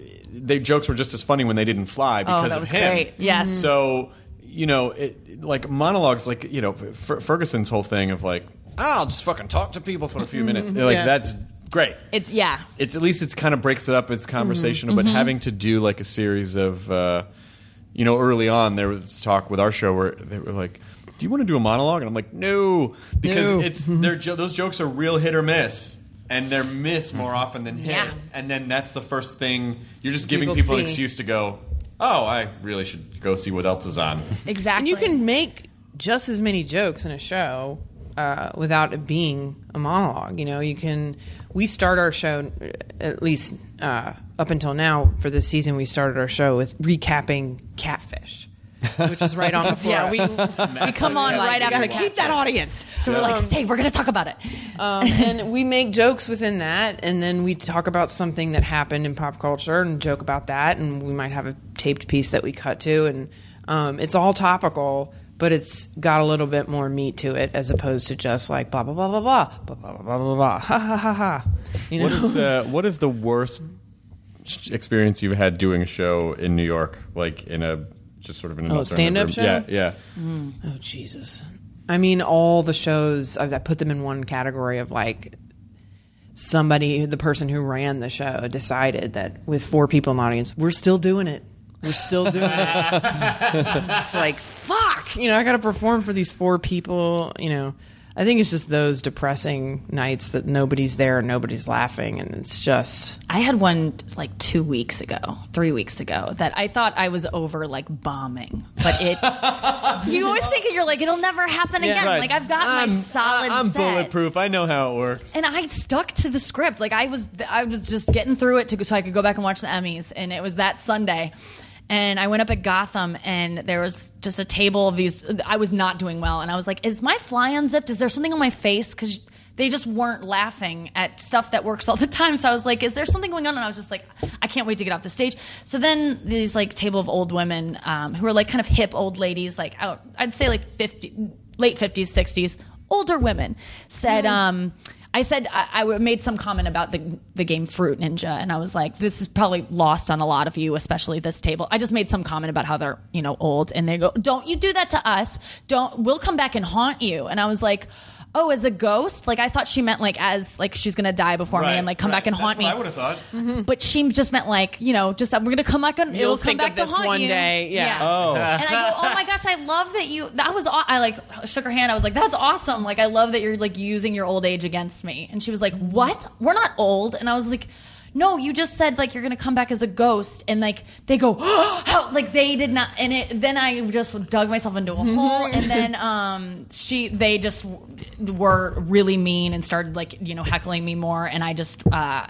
S4: their jokes were just as funny when they didn't fly because
S5: Oh, that
S4: of
S5: was
S4: him.
S8: Mm-hmm.
S5: great. Yes. Mhm.
S4: So you know, it, like monologues, like you know Fer- Ferguson's whole thing of like, I'll just fucking talk to people for a few minutes. Like
S8: Yeah.
S4: that's great
S5: it's yeah.
S4: it's at least it's kind of breaks it up.
S8: Mm-hmm.
S4: It's conversational, but having to do like a series of, uh, you know, early on there was talk with our show where they were like, "Do you want to do a monologue?" And I'm like, "No," because
S8: No. Mm-hmm.
S4: it's they're jo- those jokes are real hit or miss, and they're miss
S8: Mm-hmm.
S4: more often than hit.
S5: Yeah.
S4: And then that's the first thing you're just giving
S8: People
S4: people an
S8: see.
S4: excuse to go. Oh, I really should go see what else is on.
S5: Exactly.
S8: and you can make just as many jokes in a show uh, without it being a monologue. You know, you can. We start our show, uh, at least uh, up until now for this season, we started our show with recapping Catfish, which was right on before.
S5: Yeah, we- we come on
S8: Like,
S5: right
S8: we
S5: after
S8: gotta keep that audience.
S5: So we're like, stay. We're gonna talk about it.
S8: um, and we make jokes within that, and then we talk about something that happened in pop culture and joke about that, and we might have a taped piece that we cut to, and um, it's all topical, but it's got a little bit more meat to it as opposed to just like blah blah blah blah blah blah blah blah blah blah ha ha ha ha. You know,
S4: What is the what is the worst sh- experience you've had doing a show in New York, like in a just sort of in an
S8: Oh,
S4: alternative
S8: stand-up
S4: room?
S8: show?
S4: Yeah, yeah.
S8: oh Jesus! I mean, all the shows I've, I put them in one category of like somebody, the person who ran the show, decided that with four people in the audience, we're still doing it. We're still doing it. it's like fuck. You know, I got to perform for these four people. You know, I think it's just those depressing nights that nobody's there and nobody's laughing, and it's just
S5: I had one like two weeks ago, three weeks ago, that I thought I was over like bombing, but it. you always think you're like it'll never happen again. Like I've got my solid.
S4: I'm
S5: set.
S4: bulletproof. I know how it works.
S5: And I stuck to the script. Like I was, I was just getting through it to so I could go back and watch the Emmys. And it was that Sunday, and I went up at Gotham, and there was just a table of these. I was not doing well, and I was like, "Is my fly unzipped? Is there something on my face?" Because they just weren't laughing at stuff that works all the time. So I was like, "Is there something going on?" And I was just like, "I can't wait to get off the stage." So then these like table of old women um, who were like kind of hip old ladies, like out, I'd say like fifty, late fifties, sixties, older women said. Um, I said I, I w- made some comment about the the game Fruit Ninja, and I was like, "This is probably lost on a lot of you, especially this table." I just made some comment about how they're you know old, and they go, "Don't you do that to us? Don't we'll come back and haunt you." And I was like, "Oh, as a ghost? Like I thought she meant like as like she's gonna die before me and like come back and haunt me."
S4: I would have thought.
S5: But she just meant like you know just uh, we're gonna come back and
S8: Mm. You'll
S5: it'll come
S8: think
S5: back
S8: of
S5: to
S8: this
S5: haunt
S8: one
S5: you.
S8: day. Yeah.
S5: Oh. And I go, oh my gosh, I love that you. That was. aw-" I like shook her hand. I was like, that's awesome. Like I love that you're like using your old age against me. And she was like, what? We're not old. And I was like. No, you just said like you're gonna come back as a ghost, and like they go, how? like they did not, and it, then I just dug myself into a hole, and then um, she, they just w- were really mean and started like you know heckling me more, and I just uh,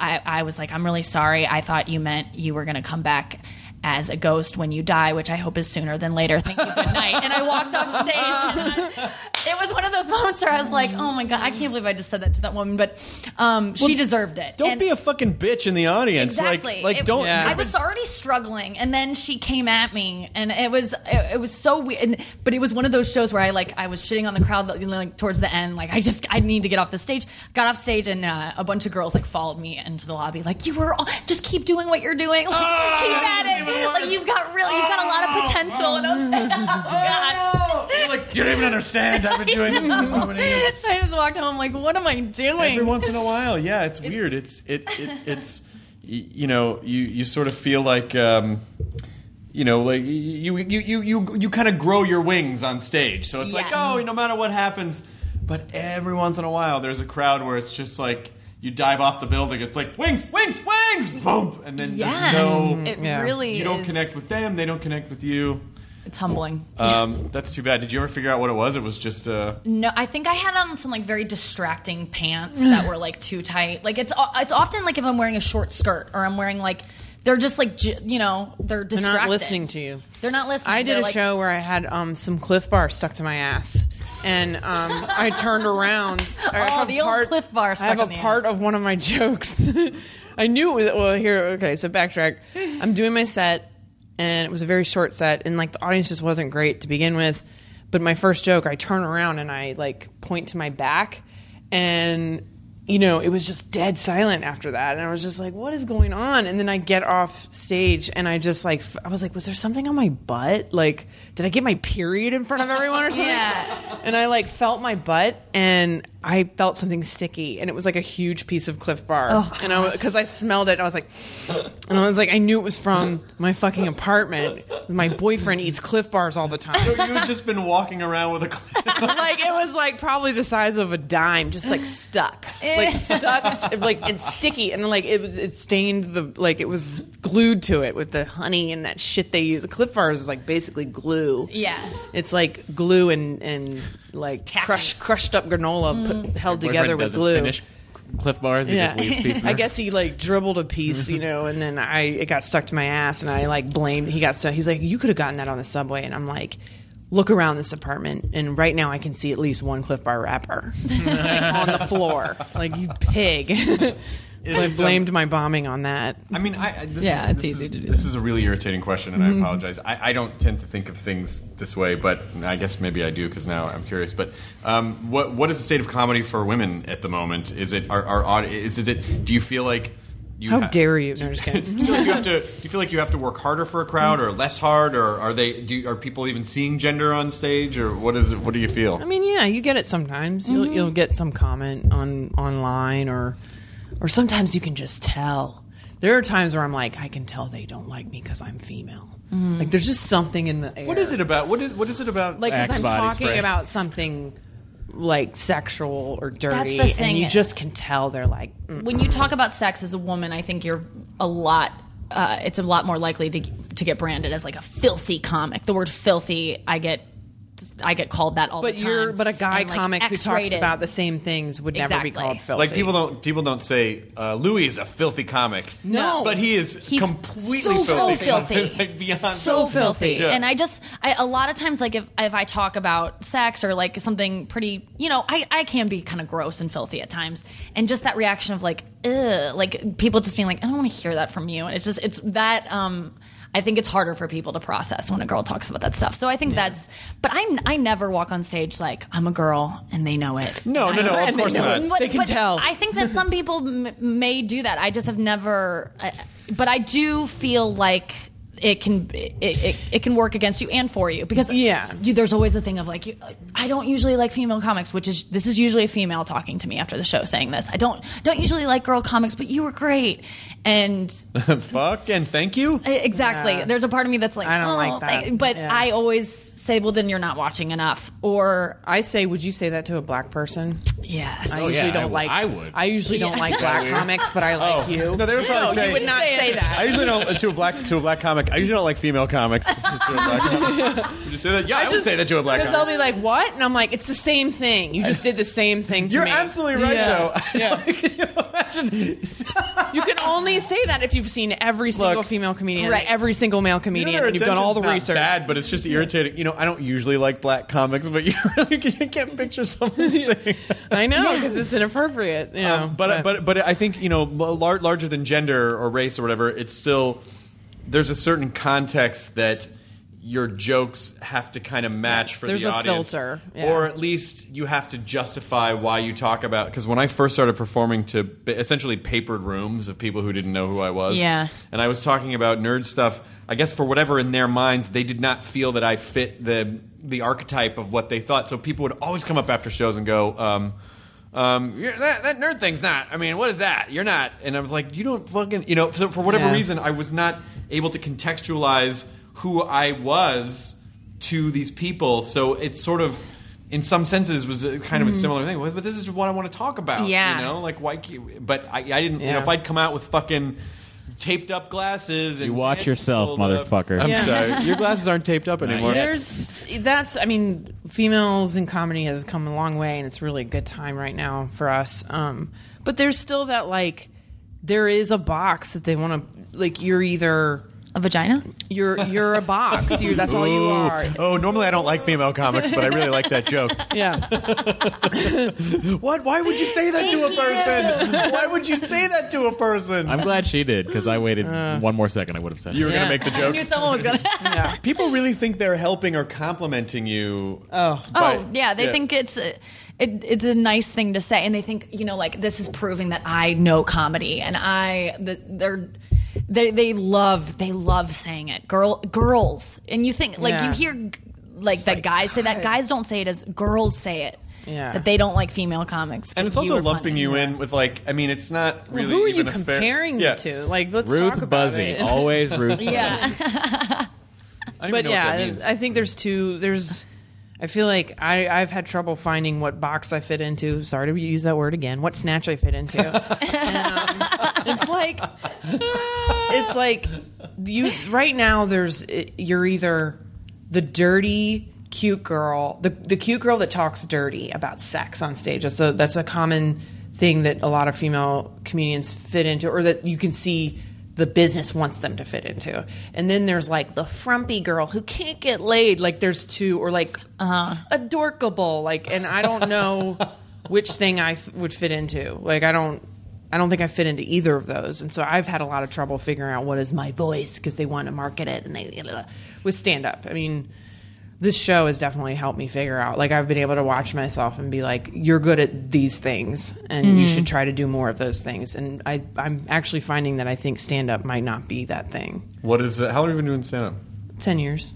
S5: I, I was like, I'm really sorry. I thought you meant you were going to come back as a ghost when you die, which I hope is sooner than later. Thank you. Good night. And I walked off stage. And I, it was one of those moments where I was like, oh my God, I can't believe I just said that to that woman, but um, she deserved it.
S4: Don't
S5: And-
S4: be a fucking bitch in the audience.
S5: Exactly.
S4: Like, like
S5: It-
S4: don't.
S5: I was already struggling, and then she came at me, and it was it, it was so weird. And, but it was one of those shows where I like I was shitting on the crowd like, you know, like towards the end. Like I just I need to get off the stage. Got off stage, and uh, a bunch of girls like followed me into the lobby. Like you were all, just keep doing what you're doing. Like,
S4: Ah,
S5: keep at it. Like you've got really you've got a lot of potential. And I was like, oh god.
S4: You're like, you don't even understand. I've been doing this for so many years.
S5: I just walked home like, what am I doing?
S4: Every once in a while, yeah, it's weird. It's it, it it's y- you know you you sort of feel like um, y- you know, like you you you you you kind of grow your wings on stage. So it's like,
S10: Yeah.
S4: oh, no matter what happens. But every once in a while, there's a crowd where it's just like you dive off the building. It's like wings, wings, wings, boom, and then
S5: Yeah.
S4: there's no.
S5: It Yeah. really
S4: You don't
S5: is-
S4: connect with them. They don't connect with you.
S5: It's humbling.
S4: Um, that's too bad. Did you ever figure out what it was? It was just uh,
S5: No, I think I had on some like very distracting pants that were like too tight. Like it's o- it's often like if I'm wearing a short skirt or I'm wearing like they're just like j- you know they're
S8: They're
S5: distracting.
S8: not listening to you.
S5: They're not listening.
S8: I did
S5: They're
S8: a
S5: like-
S8: show where I had um, some Cliff Bar stuck to my ass, and um, I turned around. I
S5: Oh,
S8: have
S5: the
S8: a
S5: old
S8: part-
S5: Cliff Bar
S8: I
S5: stuck
S8: have
S5: in
S8: a
S5: the
S8: part of one of my jokes. I knew it was well. Here, okay, so backtrack. I'm doing my set, and it was a very short set, and like the audience just wasn't great to begin with. But my first joke, I turn around and I like point to my back, and you know it was just dead silent after that and i was just like what is going on and then i get off stage and i just like f- i was like was there something on my butt like did i get my period in front of everyone or something
S5: Yeah.
S8: and i like felt my butt and i felt something sticky and it was like a huge piece of cliff bar
S11: Oh,
S8: and i because i smelled it and i was like and i was like i knew it was from my fucking apartment my boyfriend eats cliff bars all the time
S4: so you had just been walking around with a
S8: like it was like probably the size of a dime, just like stuck, like stuck, t- like and sticky, and like it was it stained the like it was glued to it with the honey and that shit they use. Cliff bars is like basically glue.
S5: Yeah.
S8: it's like glue and and like crushed crushed up granola put, held together
S6: Boyfriend
S8: with
S6: doesn't
S8: glue.
S6: Finish Cliff bars. He just leaves pieces.
S8: I guess he like dribbled a piece, you know, and then I it got stuck to my ass, and I like blamed. He got stuck. He's like, you could have gotten that on the subway, and I'm like, look around this apartment, and right now I can see at least one Cliff Bar wrapper on the floor. Like you pig. so I
S4: it,
S8: blamed my bombing on that.
S4: I mean, I, I this
S8: yeah,
S4: is-
S8: it's
S4: this
S8: easy
S4: is,
S8: to do.
S4: This is a really irritating question, and
S8: Mhm.
S4: I apologize. I, I don't tend to think of things this way, but I guess maybe I do because now I'm curious. But um, what what is the state of comedy for women at the moment? Is it are, are aud- is, is it? Do you feel like you
S8: How
S4: ha-
S8: dare you? No, I'm just
S4: do you
S8: kidding.
S4: feel like you have to? Do you feel like you have to work harder for a crowd, or less hard, or are they? Do you- are people even seeing gender on stage, or what is it? What do you feel?
S8: I mean, yeah, you get it sometimes. You'll,
S4: Mhm.
S8: you'll get some comment on online, or or sometimes you can just tell. There are times where I'm like, I can tell they don't like me because I'm female.
S4: Mhm.
S8: Like, there's just something in the air.
S4: What is it about? What is what is it about?
S8: Like, 'cause I'm talking about something like sexual or dirty,
S5: the thing.
S8: and you just can tell they're like, mm,
S5: when you talk about sex as a woman, I think you're a lot. Uh, it's a lot more likely to to get branded as like a filthy comic. The word "filthy," I get, I get called that all
S8: but
S5: the time.
S8: you're but a guy
S5: And, like,
S8: comic who talks
S5: X-rated.
S8: about the same things would never be
S5: Exactly.
S8: called filthy.
S4: Like people don't people don't say uh, Louis is a filthy comic.
S8: No.
S4: but he is completely
S5: so
S4: filthy.
S5: filthy.
S4: like beyond
S5: so filthy.
S4: Yeah.
S5: And I just, I, a lot of times, like if if I talk about sex or like something pretty, you know, I I can be kind of gross and filthy at times, and just that reaction of like, ugh, like people just being like, I don't want to hear that from you, and it's just it's that. um I think it's harder for people to process when a girl talks about that stuff. So I think that's, but I I never walk on stage like I'm a girl and they know it.
S4: No, no, no, of course not.
S5: But- but I think that some people m- may do that. I just have never. I, but I do feel like it can it, it, it can work against you and for you because yeah, you, there's always the thing of like you, I don't usually like female comics, which is this is usually a female talking to me after the show saying this. I don't don't usually like girl comics, but you were great and
S4: Fuck and thank you.
S5: I- Exactly. There's a part of me that's like,
S8: I don't
S5: "Oh,
S8: like that."
S5: thank-" but
S8: Yeah.
S5: I always say, well, then you're not watching enough. Or
S8: I say, would you say that to a black person?
S5: Yes.
S8: I
S5: Oh,
S8: usually
S5: yeah, I
S8: don't
S5: would-
S8: like.
S5: I would.
S8: I usually don't
S5: Yeah.
S8: like
S5: Is that
S8: black
S5: weird?
S8: comics, but I like you.
S4: Oh. No, they would probably
S8: no,
S4: say-
S8: you would not say that.
S4: I usually don't uh, to a black to a black comic. I usually don't like female comics. to a black comic. Would you say that? Yeah, I, would say that to a black
S8: Because they'll
S4: comic.
S8: be like, "What?" And I'm like, "It's the same thing. You just did the same thing." To
S4: You're
S8: me."
S4: absolutely right,
S8: though. Yeah. you can only say that if you've seen every single female comedian,
S5: Right.
S8: and every single male comedian,
S4: Their
S8: and you've done all the
S4: attention's not
S8: research.
S4: Bad, but it's just irritating. You know, I don't usually like black comics, but you really can't picture someone saying.
S8: I know because it's inappropriate. You know,
S4: Um, but, but but I think you know lar- larger than gender or race or whatever. It's still there's a certain context that your jokes have to kind of match for
S8: There's
S4: the
S8: a
S4: audience,
S8: filter, yeah.
S4: or at least you have to justify why you talk about. Because when I first started performing to ba- essentially papered rooms of people who didn't know who I was,
S5: Yeah.
S4: and I was talking about nerd stuff. I guess for whatever in their minds, they did not feel that I fit the the archetype of what they thought. So people would always come up after shows and go, um, um, you're, that, that nerd thing's not. I mean, what is that? You're not. And I was like, you don't fucking, you know. So for whatever
S12: Yeah.
S4: reason, I was not able to contextualize who I was to these people. So it's sort of. In some senses, was a, kind of a
S10: Mhm.
S4: similar thing, but this is what I want to talk about.
S10: Yeah.
S4: you know, like why? can't- But I, I didn't. You know,
S10: Yeah.
S4: if I'd come out with fucking taped up glasses, and
S6: You watch yourself, motherfucker.
S4: I'm
S8: Yeah.
S4: sorry, your glasses aren't taped up
S6: Not
S4: anymore.
S6: yet.
S8: There's that's I mean females in comedy has come a long way and it's really a good time right now for us. Um, but there's still that like there is a box that they want to like you're either
S5: a vagina.
S8: You're you're a box. You're, that's all you
S4: Ooh.
S8: are.
S4: Oh, normally I don't like female comics, but I really like that joke.
S8: Yeah.
S4: what? Why would you say that to a person? Why would you say that to a person?
S6: I'm glad she did because I waited
S4: Uh.
S6: one more second. I would have said
S4: You were
S6: it.
S4: gonna Yeah. make the joke?
S5: I knew someone was gonna.
S4: People really think they're helping or complimenting you.
S8: Oh,
S4: by-
S5: oh yeah, they think it's a, it, it's a nice thing to say, and they think you know like this is proving that I know comedy, and I the, they're they they love they love saying it, girl girls, and you think like
S8: Yeah.
S5: you hear g- like that guys say that guys don't say it as girls say it
S8: Yeah.
S5: that they don't like female comics,
S4: and it's
S5: but
S4: also
S5: were
S4: lumping
S5: funny.
S4: you in with like. I mean, it's not
S8: Well,
S4: really.
S8: who are you
S4: even a fair-
S8: comparing it
S4: Yeah. Oh,
S8: to? Like let's
S6: Ruth
S8: talk about
S6: Buzzy.
S8: it.
S6: Always Ruth
S5: Yeah.
S4: I don't
S8: but
S4: even know
S8: yeah,
S4: what that means.
S8: I think there's two. There's, I feel like I, I've had trouble finding what box I fit into. Sorry to use that word again. What snatch I fit into. And, um, it's like, it's like you right now. There's you're either the dirty cute girl, the the cute girl that talks dirty about sex on stage. That's a that's a common thing that a lot of female comedians fit into, or that you can see the business wants them to fit into. And then there's like the frumpy girl who can't get laid. Like there's two, or like adorkable. Like, and I don't know which thing I f- would fit into. Like, I don't. I don't think I fit into either of those, and so I've had a lot of trouble figuring out what is my voice because they want to market it and they with stand up. I mean, this show has definitely helped me figure out. Like I've been able to watch myself and be like, "You're good at these things, and you
S10: Mhm.
S8: should try to do more of those things." And I, I'm actually finding that I think stand up might not be that thing.
S4: What is? Uh, how long have you been doing stand up?
S8: Ten years.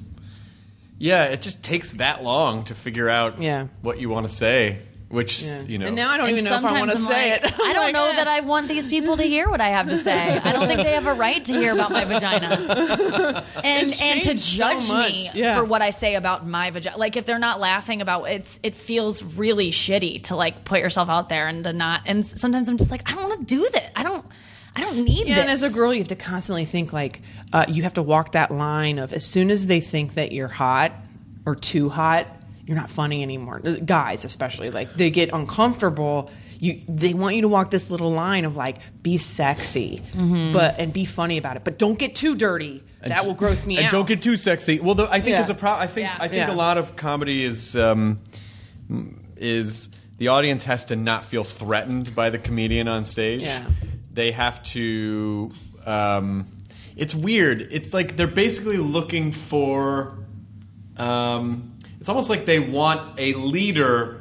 S4: Yeah, it just takes that long to figure out.
S8: Yeah.
S4: What you want to say, which you know.
S8: And now I don't
S5: And
S8: even know if I want to
S5: sometimes I'm
S8: say
S5: like,
S8: it. "Eh."
S5: I don't know that I want these people to hear what I have to say. I don't think they have a right to hear about my vagina. And
S8: It's
S5: and to
S8: changed so
S5: judge me
S8: much. Yeah.
S5: for what I say about my vagina. Like if they're not laughing about it's it feels really shitty to like put yourself out there and to not and sometimes I'm just like, I don't want to do this. I don't I don't need
S8: Yeah,
S5: this.
S8: and as a girl, you have to constantly think like uh, you have to walk that line of as soon as they think that you're hot or too hot, you're not funny anymore. Uh, Guys, especially, like they get uncomfortable. You, they want you to walk this little line of like be sexy,
S10: Mhm.
S8: but and be funny about it, but don't get too dirty. that will gross me
S4: and
S8: out.
S4: don't get too sexy. Well, the, I think
S8: Yeah.
S4: is a pro- I think
S8: Yeah.
S4: I think
S8: Yeah.
S4: a lot of comedy is um, is the audience has to not feel threatened by the comedian on stage.
S8: Yeah.
S4: They have to. Um, it's weird. It's like they're basically looking for. Um, it's almost like they want a leader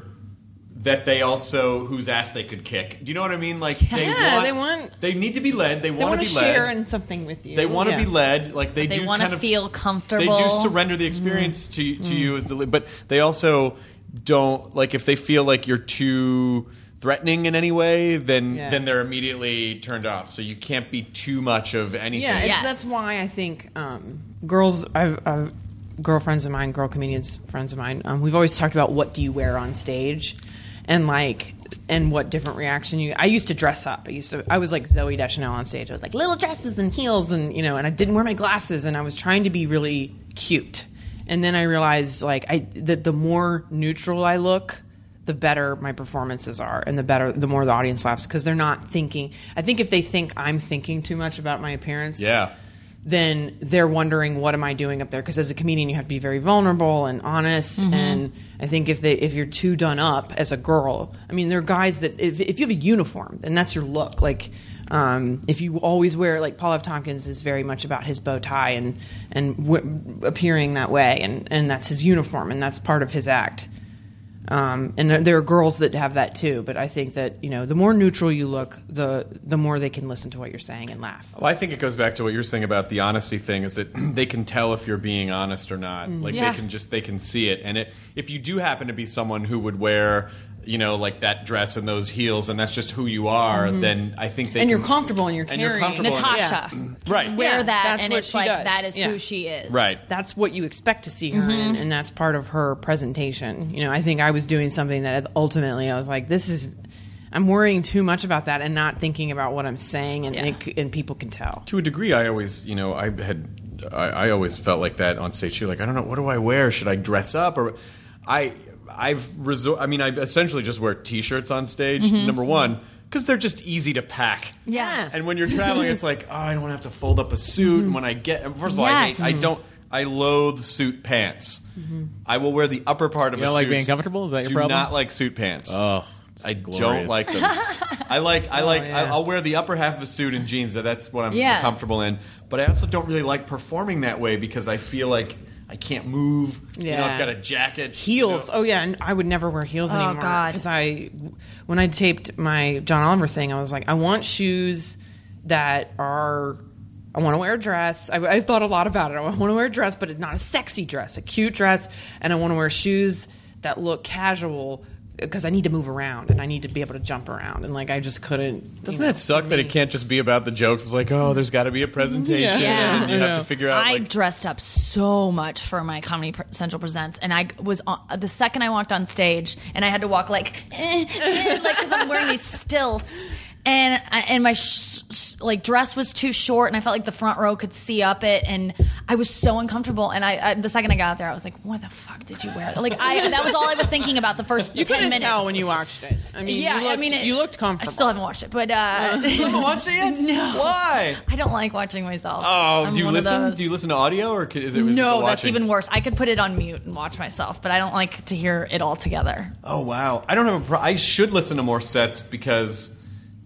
S4: that they also whose ass they could kick. Do you know what I mean? Like they
S8: Yeah,
S4: want,
S8: they want-
S4: they need to be led. They,
S8: They
S4: want to be led.
S8: share in something with you.
S4: They want to
S8: Yeah.
S4: be led, like they,
S5: They
S4: do.
S5: wanna
S4: kind of-
S5: feel comfortable.
S4: They do surrender the experience
S8: Mm-hmm.
S4: to to you as the, li- but they also don't like if they feel like you're too threatening in any way, then
S8: Yeah.
S4: then they're immediately turned off. So you can't be too much of anything.
S8: Yeah, it's, that's why I think um, girls, I've, I've, girlfriends of mine, girl comedians, friends of mine, um, we've always talked about what do you wear on stage, and like, and what different reaction you. I used to dress up. I used to. I was like Zoe Deschanel on stage. I was like little dresses and heels, and you know, and I didn't wear my glasses, and I was trying to be really cute. And then I realized, like, I that the more neutral I look, the better my performances are and the better the more the audience laughs because they're not thinking i think if they think i'm thinking too much about my appearance
S4: Yeah.
S8: then they're wondering what am i doing up there because as a comedian you have to be very vulnerable and honest
S10: Mhm.
S8: and i think if they if you're too done up as a girl i mean there are guys that if, if you have a uniform then that's your look like um, if you always wear like paul f tompkins is very much about his bow tie and and w- appearing that way and and that's his uniform and that's part of his act um, and there- there are girls that have that too, but I think that you know the more neutral you look, the the more they can listen to what you're saying and laugh.
S4: Well, I think it goes back to what you're saying about the honesty thing is that they can tell if you're being honest or not.
S8: Mm.
S4: Like
S8: Yeah.
S4: they can just they can see it. And it, if you do happen to be someone who would wear you know, like that dress and those heels, and that's just who you are,
S8: Mhm.
S4: then I think they
S8: and you're
S4: can-
S8: comfortable and you're
S4: and you're
S8: carrying
S4: comfortable. in it.
S5: Natasha.
S4: Right.
S5: Wear
S8: Yeah,
S5: that,
S8: that's
S5: and
S8: what
S5: it's
S8: she
S5: like
S8: does.
S5: that is
S8: Yeah.
S5: who she is.
S4: Right.
S8: That's what you expect to see her in,
S5: Mhm.
S8: and that's part of her presentation. You know, I think I was doing something that ultimately I was like, this is, I'm worrying too much about that and not thinking about what I'm saying, and it c and people can tell.
S4: to a degree i always you know i had I, I always felt like that on stage too like i don't know what do i wear should i dress up or i i've resor- i mean i essentially just wear t-shirts on stage
S10: Mhm.
S4: number one because they're just easy to pack
S10: Yeah.
S4: and when you're traveling it's like oh i don't want to have to fold up a suit and when i get first of all
S10: Mm-hmm. Yes. Mm-hmm.
S4: i hate i don't i loathe suit pants I will wear the upper part of
S6: You
S4: a
S6: don't like
S4: suit.
S6: being comfortable? Is that your
S4: Do
S6: problem?
S4: not like suit pants.
S6: Oh,
S4: I
S6: glorious.
S4: don't like them. I like I
S6: Oh,
S4: like I,
S6: yeah.
S4: I'll wear the upper half of a suit and jeans. that- That's what I'm
S10: Yeah.
S4: comfortable in. But I also don't really like performing that way because I feel like I can't move. You know,
S8: Yeah.
S4: I've got a jacket.
S8: Heels. Oh yeah, and I would never wear heels
S4: Oh,
S8: anymore
S4: God.
S8: because I, when I taped my John Oliver thing, I was like, I want shoes that are. I want to wear a dress. I, I thought a lot about it. I want to wear a dress, but it's not a sexy dress, a cute dress, and I want to wear shoes that look casual because I need to move around and I need to be able to jump around. And like I just couldn't.
S4: Doesn't that suck that it can't just be about the jokes? It's like, oh, there's got to be a presentation,
S5: Yeah.
S4: and you
S5: Yeah.
S4: have to figure out.
S5: I
S4: like,
S5: dressed up so much for my Comedy Pre- Central Presents, and I was on uh, the second I walked on stage, and I had to walk like, eh, eh, like because I'm wearing these stilts, and I, and my sh- sh- like dress was too short, and I felt like the front row could see up it, and I was so uncomfortable. And I, I the second I got out there, I was like, what the fuck did you wear? Like I that was all I was thinking about the first
S8: You
S5: 10
S8: couldn't
S5: minutes.
S8: tell when you watched it. I mean,
S5: yeah,
S8: you looked,
S5: I mean, it-
S8: you looked comfortable.
S5: I still haven't watched it, but uh,
S4: You haven't watched it yet?
S5: No.
S4: Why?
S5: I don't like watching myself.
S4: oh,
S5: I'm
S4: do you
S5: one of
S4: listen?
S5: those-
S4: Do you listen to audio or is it? is it the
S5: no, that's
S4: watching?
S5: even worse. I could put it on mute and watch myself, but I don't like to hear it all together.
S4: Oh wow! I don't have a. Pro- I should listen to more sets because,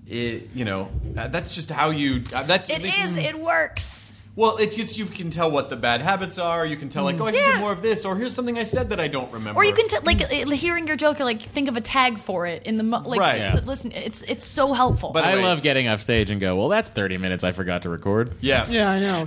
S4: it, you know, uh, that's just how you. Uh, that's
S5: It is. It works.
S4: Well, it's just you can tell what the bad habits are. You can tell like, oh, I should
S5: Mm. Yeah.
S4: do more of this, or here's something I said that I don't remember.
S5: Or you can t- like uh, hearing your joke. You're like think of a tag for it in the mo- like.
S6: Right.
S5: to listen, it's it's so helpful.
S6: But I love getting off stage and go, well, that's 30 minutes I forgot to record.
S4: Yeah.
S8: Yeah, I know.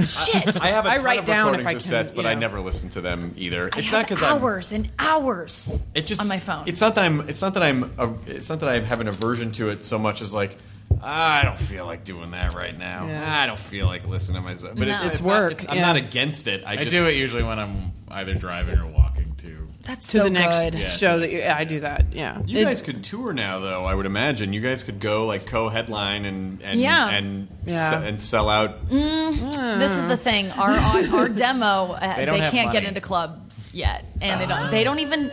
S5: Shit.
S4: I have a
S5: I
S4: ton
S5: write
S4: of
S5: down if
S4: recordings
S5: I
S4: of
S5: can,
S4: sets, but
S5: you
S4: I
S5: know.
S4: never listen to them either.
S5: I
S4: it's
S5: have
S4: not because I'm.
S5: hours and hours.
S4: It just
S5: on my phone.
S4: It's not that I'm. It's not that I'm. A, it's not that I have an aversion to it so much as like. I don't feel like doing that right now.
S6: Yeah.
S4: I don't feel like listening to myself. But
S6: No.
S4: it's,
S6: It's
S4: not-
S6: work,
S4: I'm
S6: yeah.
S4: not against it. I,
S6: I,
S4: just,
S6: do it usually when I'm either driving or walking to.
S5: That's
S8: to the next
S4: good.
S8: show that you, I do that. Yeah,
S4: You
S8: It-
S4: guys could tour now, though. I would imagine you guys could go like co-headline and and
S5: Yeah.
S4: and,
S5: Yeah.
S4: se- and sell out.
S5: Mm, This is the thing. Our our, our demo. Uh,
S4: They
S5: they
S4: don't have
S5: can't
S4: money.
S5: get into clubs yet, and they don't. They don't even.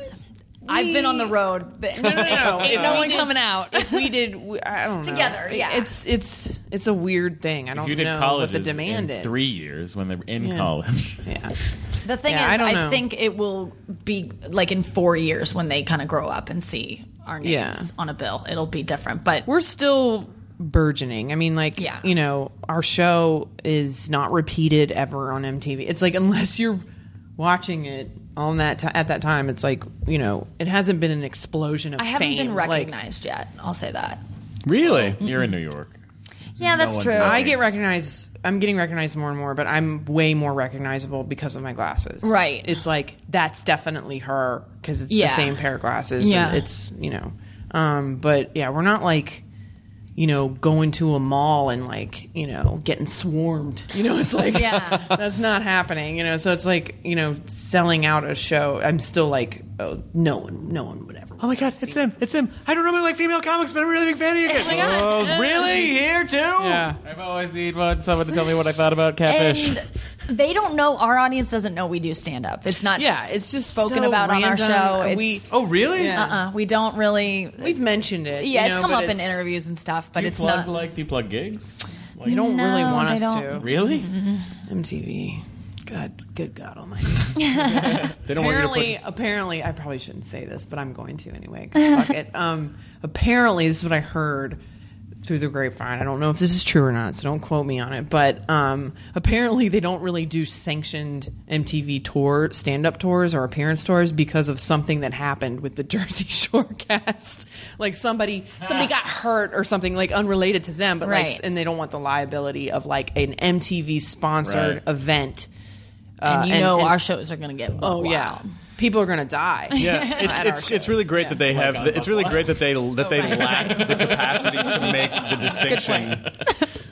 S5: I've been on the road. No,
S8: no, no.
S5: Ain't
S8: If
S5: no
S8: we
S5: one
S8: did-
S5: coming out.
S8: If we did, we- I don't know.
S5: Together,
S8: It-
S5: yeah.
S8: It's it's it's a weird thing. I don't
S6: if you did
S8: know
S6: college
S8: what the demand
S6: in
S8: is.
S6: three years when they're in
S8: Yeah.
S6: college.
S8: Yeah.
S5: The thing
S8: Yeah, I
S5: is,
S8: don't
S5: I,
S8: know.
S5: think it will be like in four years when they kind of grow up and see our names
S8: Yeah.
S5: on a bill. It'll be different, but
S8: we're still burgeoning. I mean, like
S5: Yeah.
S8: you know, our show is not repeated ever on MTV. It's like unless you're watching it on that ti at that time, it's like you know, it hasn't been an explosion of
S5: I haven't
S8: fame.
S5: been
S8: Like,
S5: recognized yet. I'll say that.
S4: Really?
S6: You're in New York.
S5: Yeah, that's true.
S8: I get recognized. I'm getting recognized more and more, but I'm way more recognizable because of my glasses.
S5: Right.
S8: It's like that's definitely her because it's
S5: Yeah.
S8: the same pair of glasses.
S5: Yeah.
S8: And it's you know, um, but yeah, we're not like. You know, going to a mall and like, you know, getting swarmed. You know, it's like,
S5: Yeah.
S8: that's not happening. You know, so it's like, you know, selling out a show. I'm still like, oh, no one, no one would ever.
S4: Oh my god, it's them! It's them! I don't normally like female comics, but I'm a really big fan of you guys.
S5: Oh my God.
S4: Oh, really? Here too?
S6: Yeah. I've always need one- someone to tell me what I thought about catfish.
S5: And they don't know. Our audience doesn't know we do stand up. It's not.
S8: Yeah, it's just
S5: spoken
S8: so
S5: about on our
S8: random.
S5: show. It's-
S8: We-
S4: Oh, really?
S5: Uh uh We don't really.
S8: We've mentioned it.
S5: Yeah,
S8: you
S5: it's
S8: know,
S5: come
S8: but
S5: up in
S8: it's-
S5: interviews and stuff, but
S6: do you
S5: it's
S6: plug,
S5: not.
S6: Like, do you plug gigs? Like,
S8: You don't really
S5: No,
S8: want
S5: they
S8: us
S5: don't.
S8: to.
S6: Really?
S8: MTV. God, good God Almighty.
S4: They don't want you to
S8: apparently, apparently, I probably shouldn't say this, but I'm going to anyway. 'cause fuck it. Um, apparently, this is what I heard through the grapevine. I don't know if this is true or not, so don't quote me on it. But um, apparently, they don't really do sanctioned MTV tour stand-up tours or appearance tours because of something that happened with the Jersey Shore cast. like somebody, somebody got hurt or something like unrelated to them, but like,
S5: Ah. Right.
S8: and they don't want the liability of like an MTV sponsored
S5: Right.
S8: event.
S5: and
S8: Uh,
S5: you know our shows are going to get.
S8: Oh yeah. people are going to die.
S4: Yeah, it's
S8: at our
S4: it's, it's
S8: shows. Oh
S4: really great that they have.
S8: on
S4: The, it's really
S8: Buffalo.
S4: great that they that they lack the capacity to make the distinction.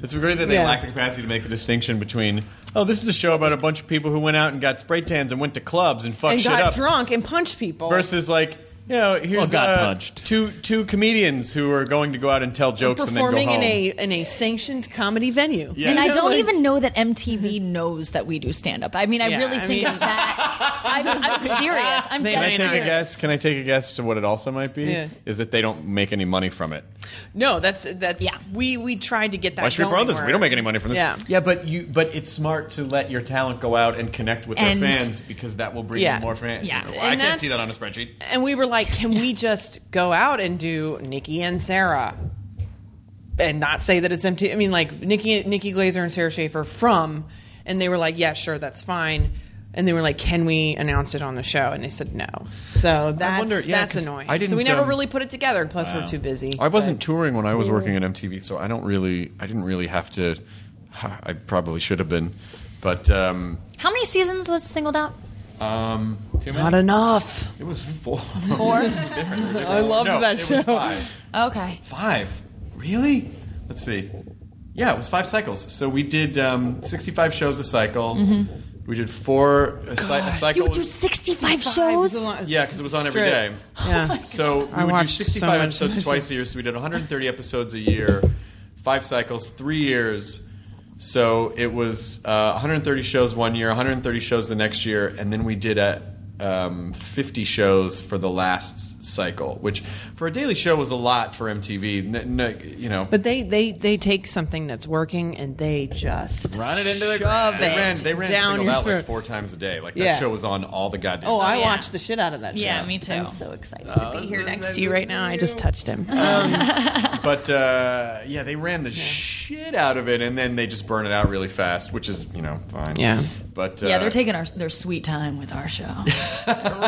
S4: It's great that they
S8: Yeah.
S4: lack the capacity to make the distinction between oh, this is a show about a bunch of people who went out and got spray tans and went to clubs and fucked
S8: and
S4: shit
S8: got
S4: up
S8: drunk and punched people.
S4: versus like. You know, here's
S6: got
S4: uh,
S6: punched.
S4: two two comedians who are going to go out and tell jokes and then go
S8: performing
S4: home.
S8: in a in a sanctioned comedy venue.
S4: Yeah.
S5: And I
S4: Yeah,
S5: don't
S8: like-
S5: even know that MTV knows that we do stand up. I mean, I
S8: Yeah,
S5: really
S8: I
S5: think
S8: mean-
S5: it's that. I'm, I'm serious. I'm
S8: They
S5: dead
S8: may
S4: Can I
S5: serious.
S4: take a guess? Can I take a guess to what it also might be?
S8: Yeah.
S4: Is that they don't make any money from it?
S8: No, that's that's
S5: Yeah.
S8: we we tried to get that.
S4: Why should we
S8: going
S4: brothers?
S8: where-
S4: We don't make any money from this.
S8: Yeah.
S4: but you but it's smart to let your talent go out and connect with
S5: And-
S4: their fans because that will bring
S8: Yeah.
S4: you more fans.
S5: Yeah.
S4: Well, I
S8: And
S4: can't see that
S8: that's-
S4: on a spreadsheet.
S8: And we were like, can we just go out and do Nikki and Sarah? And not say that it's empty. I mean, like Nikki, Nikki Glazer and Sarah Schaefer from, and they were like, "Yeah, sure, that's fine." And they were like, "Can we announce it on the show?" And they said, "No." So that's
S4: wonder- yeah,
S8: that's
S4: 'cause
S8: annoying.
S4: I
S8: so we
S4: didn't,
S8: never
S4: um,
S8: really put it together. Plus, we're too busy.
S4: I wasn't touring when I was working at MTV, so I don't really I didn't really have to. I probably should have been, but um,
S5: How many seasons was singled out?
S4: um,
S8: But not enough.
S4: it was four.
S5: Four.
S8: I loved
S4: no,
S8: that
S4: it
S8: show.
S4: was five.
S5: okay.
S4: Five? Really? Let's see. Yeah, it was five cycles. So we did um, 65 shows a cycle.
S8: Mm-hmm.
S4: We did four a, cy- a cycle.
S5: You would do
S4: was-
S5: 65
S8: It
S5: shows?
S8: was a lot-
S4: yeah, because it was on every
S8: straight.
S4: day.
S8: Yeah.
S4: So we
S8: I
S4: would do
S8: watched so
S4: 65
S8: much.
S4: episodes twice a year. So we did 130 episodes a year, five cycles, three years. So it was uh, 130 shows one year, 130 shows the next year, and then we did a. Um, 50 shows for the last cycle, which for a daily show was a lot for MTV. N- n- you know,
S8: But they they they take something that's working and they just
S6: Run it into the
S8: shove
S6: ground.
S8: it
S4: They ran, they ran
S8: down
S4: singled
S8: your
S4: out
S8: throat.
S4: like four times a day. Like
S8: Yeah.
S4: that show was on all the goddamn.
S8: Oh, I
S4: time.
S5: yeah.
S8: watched the shit out of that show.
S5: Yeah, me too.
S8: I'm so excited
S4: Oh,
S8: to be here next to you right now. I just touched him.
S4: But uh, yeah, they ran the shit out of it, and then they just burn it out really fast, which is you know fine.
S8: Yeah.
S4: But uh,
S5: Yeah, they're taking our, their sweet time with our show.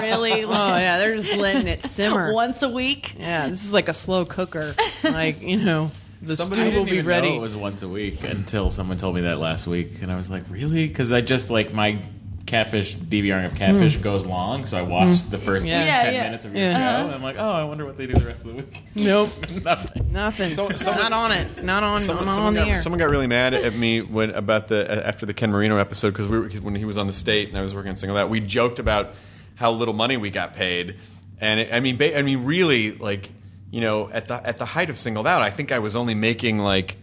S5: really?
S8: oh yeah, they're just letting it simmer.
S5: Once a week?
S8: yeah, this is like a slow cooker. Like you know, the
S4: Somebody
S8: stew
S4: didn't
S8: will be
S4: even
S8: ready.
S6: know it was once a week until someone told me that last week, and I was like, really? Because I just like my catfish DVRing of catfish goes long, so I watched the first
S8: Hmm. Yeah.
S6: like,
S5: Yeah,
S6: ten
S5: yeah.
S6: minutes of your
S8: Yeah.
S6: show,
S8: Uh-huh.
S6: and I'm like, oh, I wonder what they do the rest of the week.
S8: nope,
S6: Nothing.
S8: nothing.
S4: someone-
S8: not on it. Not on.
S4: Someone,
S8: not
S4: someone
S8: on
S4: got,
S8: the air.
S4: someone got really mad at me when about the uh, after the Ken Marino episode because we were, 'cause when he was on the state and I was working on single that we joked about how little money we got paid, and it, I mean, ba- I mean, really, like you know, at the at the height of singled out, I think I was only making like.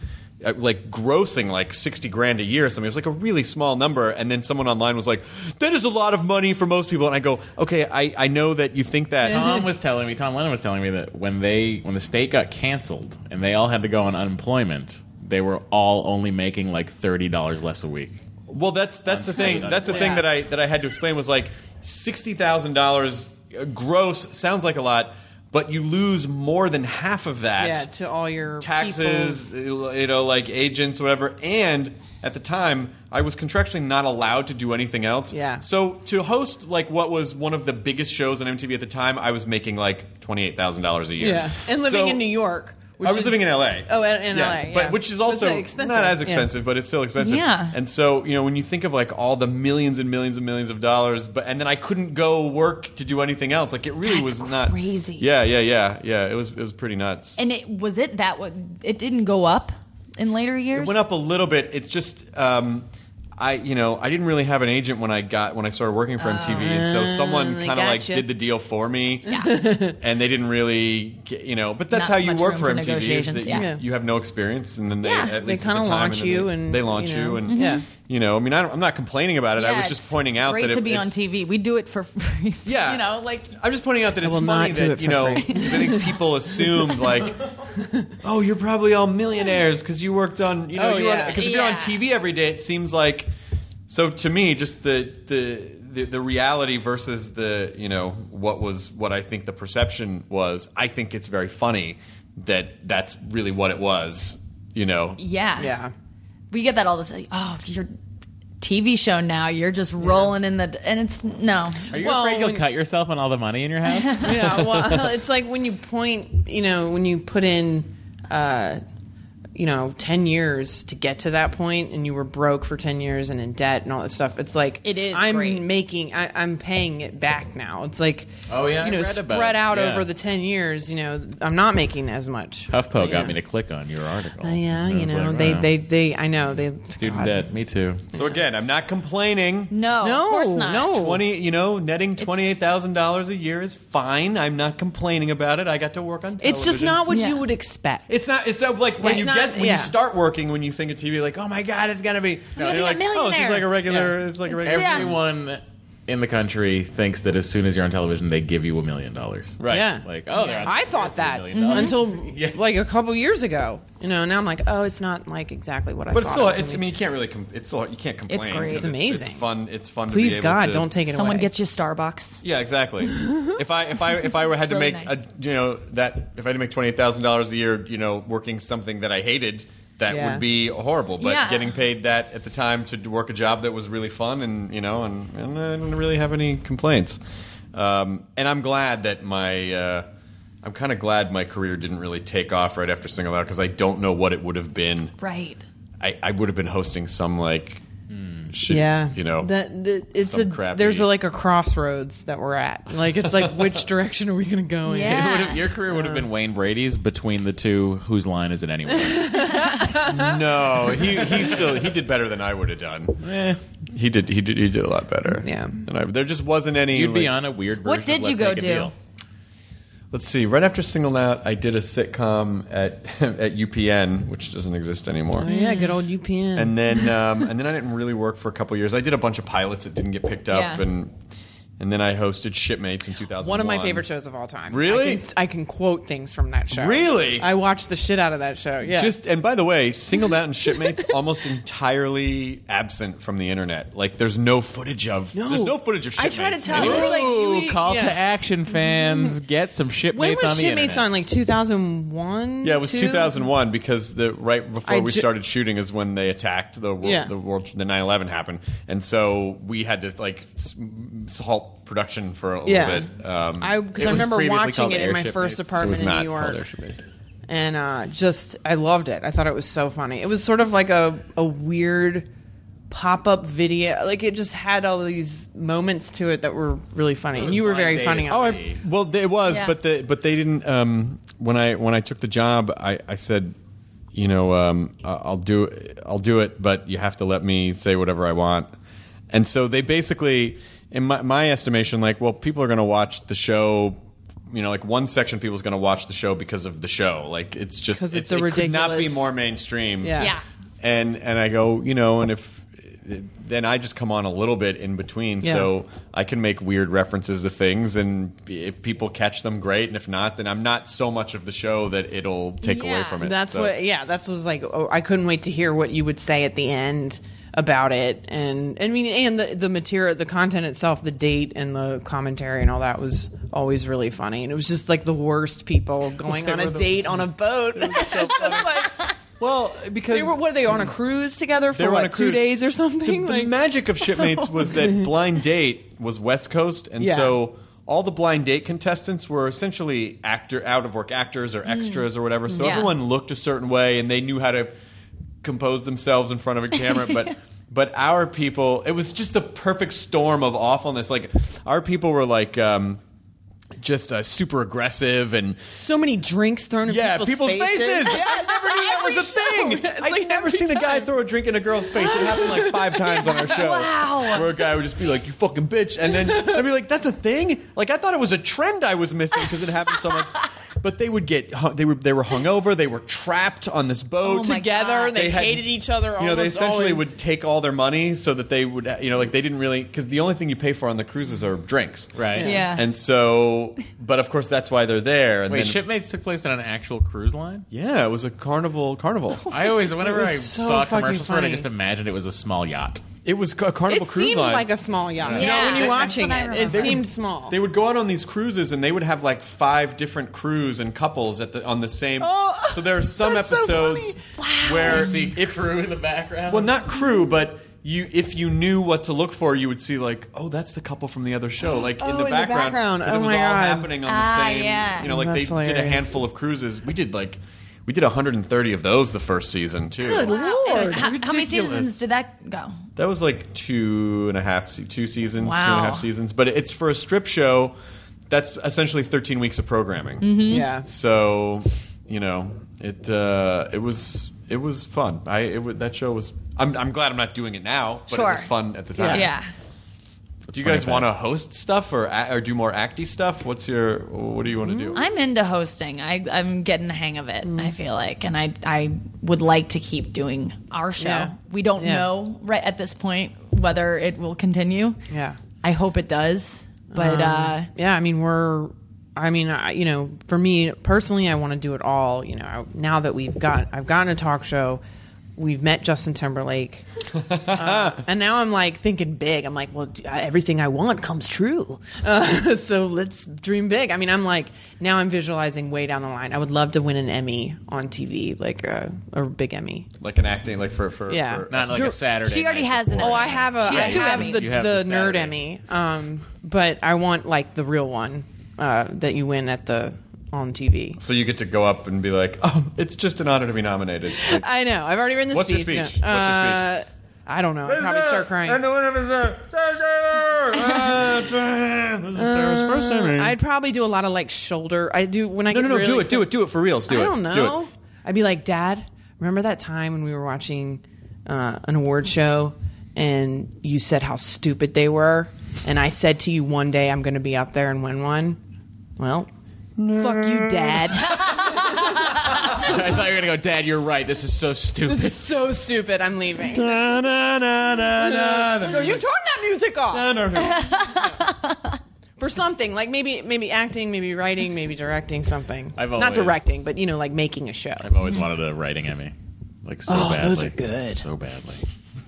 S4: uh, Like grossing like sixty grand a year or something. It was like a really small number, and then someone online was like, "That is a lot of money for most people." And I go, "Okay, I, I know that you think that."
S8: Uh-huh.
S6: Tom was telling me, Tom Lennon was telling me that when they when the state got canceled and they all had to go on unemployment, they were all only making like thirty dollars less a week.
S4: Well, that's that's the thing.
S6: Unstated
S4: That's the thing that I that I had to explain was like sixty thousand dollars uh, gross sounds like a lot, but you lose more than half of that.
S8: yeah, to all your
S4: taxes, you know, like agents, whatever. And at the time, I was contractually not allowed to do anything else.
S8: Yeah.
S4: So to host like what was one of the biggest shows on MTV at the time, I was making like twenty eight thousand dollars a
S8: people.
S4: year.
S8: Yeah, and living
S4: So-
S8: in New York. Which
S4: I was
S8: is-
S4: living in LA.
S8: Oh, in, in
S4: Yeah,
S8: LA, yeah.
S4: but which is
S8: So it's
S4: also
S8: expensive.
S4: not as
S8: Yeah.
S4: expensive, but it's still expensive.
S5: Yeah.
S4: And so you know when you think of like all the millions and millions and millions of dollars, but and then I couldn't go work to do anything else. Like it really
S5: That's
S4: was not
S5: crazy.
S4: Yeah, yeah, yeah, yeah. It was it was pretty nuts.
S5: And it was it that what it didn't go up in later years?
S4: It went up a little bit. It's just um, I you know I didn't really have an agent when I got when I started working for MTV, and
S5: Oh,
S4: so someone kind of like
S8: gotcha.
S4: did the deal for me, and they didn't really get, you know. But that's
S5: Not
S4: how you
S5: much
S4: work
S5: room
S4: for
S5: for
S4: MTV is that
S5: negotiations,
S4: you,
S5: yeah.
S4: you have no experience, and then they
S5: Yeah.
S4: at
S8: They
S4: least at
S8: kinda
S4: the time,
S8: launch
S4: then
S8: you
S4: they,
S8: and,
S4: they launch
S8: you
S4: you,
S8: know,
S4: and
S8: yeah.
S4: you know I mean I don't, I'm not complaining about it. I
S5: Yeah,
S4: was just
S5: it's
S4: pointing out
S5: great
S4: that it,
S5: to be on
S4: it's-
S5: TV. We do it for free.
S4: yeah,
S5: you know, like
S4: I'm just pointing out that it's
S8: will
S4: funny
S8: not do
S4: that
S8: it
S4: you
S8: for
S4: know
S8: free.
S4: 'cause I think people assumed like, oh, you're probably all millionaires because you worked on you know
S8: Oh,
S4: you
S8: yeah.
S4: because if you're on
S5: Yeah.
S4: TV every day, it seems like. So to me, just the the. The, the reality versus the you know what was what I think the perception was I think it's very funny that that's really what it was you know
S5: yeah,
S8: Yeah,
S5: We get that all the time. Oh, your TV show now. You're just rolling in the and it's no.
S6: Are you
S8: Well,
S6: afraid you'll
S8: when-
S6: cut yourself on all the money in your house?
S8: yeah. Well, it's like when you point, you know, when you put in uh, you know, 10 years to get to that point and you were broke for 10 years and in debt and all that stuff. It's like,
S5: It is
S8: I'm
S5: great.
S8: making, I, I'm paying it back now. It's like,
S4: Oh, yeah, I
S8: you know,
S4: read about
S8: spread
S4: it.
S8: out
S4: Yeah.
S8: over the 10 years, you know, I'm not making as much.
S6: HuffPo
S8: Yeah.
S6: got me to click on your article.
S8: Uh, yeah,
S6: And I
S8: you
S6: was
S8: know,
S6: like,
S8: they,
S6: wow.
S8: they, they, I know, they,
S6: Student
S8: God.
S6: debt. Me too.
S4: So again, I'm not complaining.
S5: No,
S8: No,
S5: Oh, of course not.
S8: no.
S4: Twenty, you know, netting twenty eight thousand dollars a year is fine. I'm not complaining about it. I got to work on. Television.
S8: It's just not what
S5: Yeah.
S8: you would expect.
S4: It's not. It's not like when
S8: It's
S4: you
S8: not-
S4: get when
S8: yeah.
S4: you start working when you think of TV like oh my god it's gonna be no,
S5: gonna be a
S4: like oh it's
S5: millionaire."
S4: just like a regular it's like a regular
S5: Yeah.
S6: Everyone in the country thinks that as soon as you're on television, they give you a million dollars.
S4: right
S8: Yeah.
S6: Like, oh, they're on
S8: I
S6: television,
S8: thought that
S6: million dollars.
S8: until like a couple years ago. You know, now I'm like, oh, it's not like exactly what I
S4: but it's
S8: thought.
S4: still
S8: it was
S4: it's I
S8: gonna
S4: mean you can't really com- it's still you can't complain
S5: It's great.
S4: 'cause
S5: It's
S8: amazing.
S4: it's fun it's fun
S8: be.
S4: to be
S8: please
S4: able
S8: God,
S4: to-
S8: don't take it
S5: Someone
S8: away.
S5: gets you Starbucks.
S4: Yeah, exactly. if I if I if I had to
S5: really
S4: make
S5: nice.
S4: a you know that if I had to make twenty eight thousand dollars a year, you know, working something that I hated, that
S8: Yeah.
S4: would be horrible. But
S5: Yeah.
S4: getting paid that at the time to d- work a job that was really fun and you know, and, and I didn't really have any complaints. Um, and I'm glad that my uh, I'm kind of glad my career didn't really take off right after Single Out because I don't know what it would have been.
S5: Right.
S4: I, I would have been hosting some like
S5: Hmm.
S4: shit,
S8: yeah,
S4: you know,
S8: The- the- it's
S4: some
S8: a,
S4: crappy-
S8: there's a, like a crossroads that we're at. Like it's like which direction are we going to go in?
S5: Yeah.
S6: It would've- your career would have
S8: Uh.
S6: been Wayne Brady's between the two. Whose line is it anyway?
S4: No, he, he still he did better than I would have done.
S6: Eh.
S4: He did he did he did a lot better.
S8: Yeah.
S4: And I, there just wasn't any.
S6: You'd be
S4: like-
S6: on a weird version.
S5: What
S6: of
S5: did you
S6: Let's
S5: go
S6: Make a
S5: do?
S6: Deal.
S4: Let's see. Right after Singled Out, I did a sitcom at at UPN, which doesn't exist
S6: Oh,
S4: anymore.
S8: Oh, yeah, good old UPN.
S4: And then um, and then I didn't really work for a couple years. I did a bunch of pilots that didn't get picked up,
S5: Yeah.
S4: and and then I hosted Shipmates in 2001.
S8: one of my favorite shows of all time.
S4: Really?
S8: I can, I can quote things from that show.
S4: Really?
S8: I watched the shit out of that show. Yeah,
S4: Just and by the way, singled out and shipmates almost entirely absent from the internet. Like there's no footage of
S8: No.
S4: there's no footage of
S8: I
S4: shipmates.
S8: try to tell- it's like you- e-
S6: call
S8: yeah.
S6: to action, fans! Get some shipmates
S8: when was
S6: on the
S8: Shipmates
S6: internet.
S8: on? Like 2001.
S4: Yeah, it was
S8: two?
S4: 2001 because the right before
S8: I
S4: we
S8: ju-
S4: started shooting is when they attacked the world,
S8: Yeah.
S4: the world, the 9/11 happened, and so we had to like s- s- halt production for a
S8: Yeah.
S4: little bit. Um,
S8: I because I remember watching it in my first
S4: it
S8: apartment
S4: was
S8: in
S4: not
S8: New
S4: called Air
S8: York.
S4: Shipmates.
S8: and uh, just I loved it. I thought it was so funny. It was sort of like a a weird pop up video. Like it just had all these moments to it that were really funny. And you were very funny.
S4: Oh,
S8: on
S4: I,
S8: it.
S4: well, it was,
S5: Yeah.
S4: but the but they didn't. Um, when I when I took the job, I, I said, you know, um, I- I'll do I'll do it, but you have to let me say whatever I want. And so they basically, in my, my estimation, like, well, people are going to watch the show. You know, like one section of people is going to watch the show because of the show. Like it's just
S8: 'Cause it's
S4: it,
S8: a
S4: it could not be
S8: ridiculous-
S4: more mainstream
S8: Yeah.
S5: Yeah.
S4: and and I go, you know, and if then I just come on a little bit in between,
S8: Yeah.
S4: so I can make weird references to things, and if people catch them, great, and if not, then I'm not so much of the show that it'll take away
S5: Yeah.
S4: from it.
S8: That's
S4: So-
S8: what. Yeah, that's was like. Oh, I couldn't wait to hear what you would say at the end about it, and I mean, and the the material, the content itself, the date and the commentary and all that was always really funny. And it was just like the worst people going on a date on a boat. Just like,
S4: Well, because Mm.
S8: they were what are they on a cruise together
S4: They
S8: for
S4: were on
S8: what,
S4: a
S8: two
S4: cruise.
S8: days or something?
S4: The, the
S8: Like-
S4: magic of Shipmates was that Blind Date was West Coast, and
S8: Yeah.
S4: so all the Blind Date contestants were essentially actor out of work actors
S8: Mm.
S4: or extras or whatever. So
S5: Yeah.
S4: everyone looked a certain way, and they knew how to compose themselves in front of a camera, but. But our people, it was just the perfect storm of awfulness. Like our people were like um, just uh, super aggressive and
S8: so many drinks thrown in
S4: yeah,
S8: people's,
S4: people's faces.
S8: Yeah,
S4: I never knew that was a thing.
S8: It's
S4: I'd
S8: like
S4: never
S8: every
S4: seen a guy
S8: time.
S4: throw a drink in a girl's face. It happened like five times on our show.
S5: Wow.
S4: Where a guy would just be like, "You fucking bitch," and then I'd be like, "That's a thing." Like I thought it was a trend I was missing because it happened so much. But they would get hung, they were they were hungover. They were trapped on this boat
S5: Oh my
S8: together.
S5: God.
S8: They,
S4: They had-
S8: hated each other.
S4: you know, they
S8: almost
S4: essentially
S8: always.
S4: would take all their money so that they would, you know, like they didn't really because the only thing you pay for on the cruises are drinks,
S6: Right.
S5: Yeah.
S4: And so, but of course, that's why they're there. And
S6: Wait,
S4: then,
S6: shipmates took place on an actual cruise line.
S4: Yeah, it was a carnival. Carnival.
S6: I always, whenever
S8: was
S6: I
S8: so
S6: saw
S8: fucking
S6: commercials for it, I
S8: funny.
S6: just imagined it was a small yacht.
S4: It was a Carnival
S8: It
S4: Cruise
S8: seemed
S4: Line.
S8: like a small yacht. You know,
S5: Yeah,
S8: when you're
S5: that's
S8: watching
S5: what I
S8: it, it
S5: remember.
S8: seemed small.
S4: they would go out on these cruises and they would have like five different crews and couples at the on the same.
S8: Oh,
S4: so there are some
S8: that's so
S4: episodes where
S6: You see crew in the background.
S4: well, not crew, but you if you knew what to look for, you would see like, oh, that's the couple from the other show, like
S8: Oh,
S4: in
S8: in
S4: the
S8: the
S4: background,
S8: background.
S4: 'cause
S8: Oh
S4: it was
S8: my
S4: all
S8: God.
S4: happening on the
S5: Ah,
S4: same.
S5: yeah.
S4: You know, like
S8: That's
S4: they did a
S8: hilarious.
S4: handful of cruises. We did like. We did 130 of those the first season too.
S5: Good lord! How, how many seasons did that go?
S4: That was like two and a half, se- two seasons, two and
S5: Wow.
S4: a half seasons. But it's for a strip show. That's essentially 13 weeks of programming.
S5: Mm-hmm.
S8: Mhm.
S4: Mm-hmm.
S8: Yeah.
S4: So, you know, it uh, it was it was fun. I it, wa- that show was. I'm I'm glad I'm not doing it now, but it
S5: Sure.
S4: was fun at the
S5: Yeah.
S4: time. Do you guys want
S6: funny,
S4: to host stuff or a- or do more acty stuff? What's your what do you want to do?
S5: I'm into hosting. I, I'm getting the hang of it. I feel like, and I I would like to keep doing our show.
S8: Yeah.
S5: We don't
S8: Yeah.
S5: know right at this point whether it will continue.
S8: Yeah.
S5: I hope it does, but uh,
S8: yeah, I mean, we're, I mean, I, you know, for me personally, I want to do it all. You know, I, now that we've got, I've gotten a talk show, we've met Justin Timberlake, Uh, and now I'm like thinking big. I'm like, well, d- everything I want comes true. Uh, so let's dream big. I mean, I'm like, now I'm visualizing way down the line. I would love to win an Emmy on TV, like uh, a big Emmy.
S4: Like an acting, like for for
S8: Yeah.
S4: for-
S6: Not like
S8: Drew-
S6: a Saturday.
S5: she already
S6: night
S5: has an.
S6: before.
S8: Oh, I have a.
S5: She has
S8: I
S5: two
S8: have
S5: Emmys.
S8: the,
S6: You have
S8: the
S6: the
S8: nerd
S6: Saturday.
S8: Emmy. Um, but I want like the real one uh, that you win at the on TV.
S4: So you get to go up and be like, oh, it's just an honor to be nominated. Like,
S8: I know. I've already written the
S4: What's your
S8: speech.
S4: speech?
S8: No.
S4: What's your speech?
S8: Uh, I don't know. I probably start crying.
S4: uh,
S8: Uh, I'd probably do a lot of like shoulder. I do when I
S4: no,
S8: get
S4: no, no!
S8: really
S4: do it, do
S8: excited-
S4: it, do it for reals. Do
S8: I
S4: it.
S8: don't
S4: Do it.
S8: know. I'd be like, Dad, remember that time when we were watching uh, an award show and you said how stupid they were, and I said to you one day I'm going to be up there and win one. Well, fuck you, Dad.
S6: I thought you were gonna go, Dad. You're right. This is so stupid.
S8: this is so stupid. I'm leaving. no, you turn that music off. For something like maybe maybe acting, maybe writing, maybe directing something.
S6: I've
S8: not
S6: always-
S8: directing, but you know, like making a show.
S6: I've always wanted a writing Emmy, like so
S8: Oh,
S6: badly.
S8: those are good.
S6: So badly.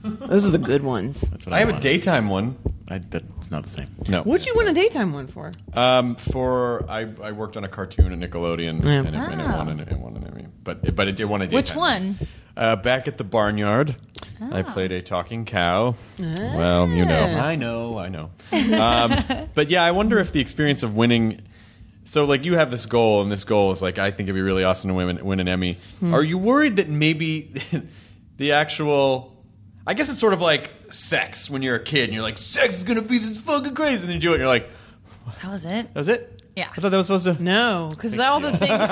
S8: Those are the good ones.
S6: That's what
S4: I have a
S6: want.
S4: daytime one.
S6: I, that's not the same.
S4: No.
S8: What'd you win a daytime one for?
S4: Um, for I, I worked on a cartoon at Nickelodeon
S8: Yeah.
S4: and, it, and it won an, it won an Emmy, but but it did won a daytime.
S5: Which one?
S4: Uh, back at the barnyard,
S8: Ah.
S4: I played a talking cow. Well, you know, I know, I know. Um, but yeah, I wonder if the experience of winning. So, like, you have this goal, and this goal is like, I think it'd be really awesome to win, win an Emmy.
S8: Hmm.
S4: Are you worried that maybe the actual? I guess it's sort of like sex when you're a kid, and you're like, sex is gonna be this fucking crazy, and then you do it, and you're like,
S5: That was it.
S4: that was it.
S5: Yeah.
S4: I thought that was supposed to.
S8: No, because all the things,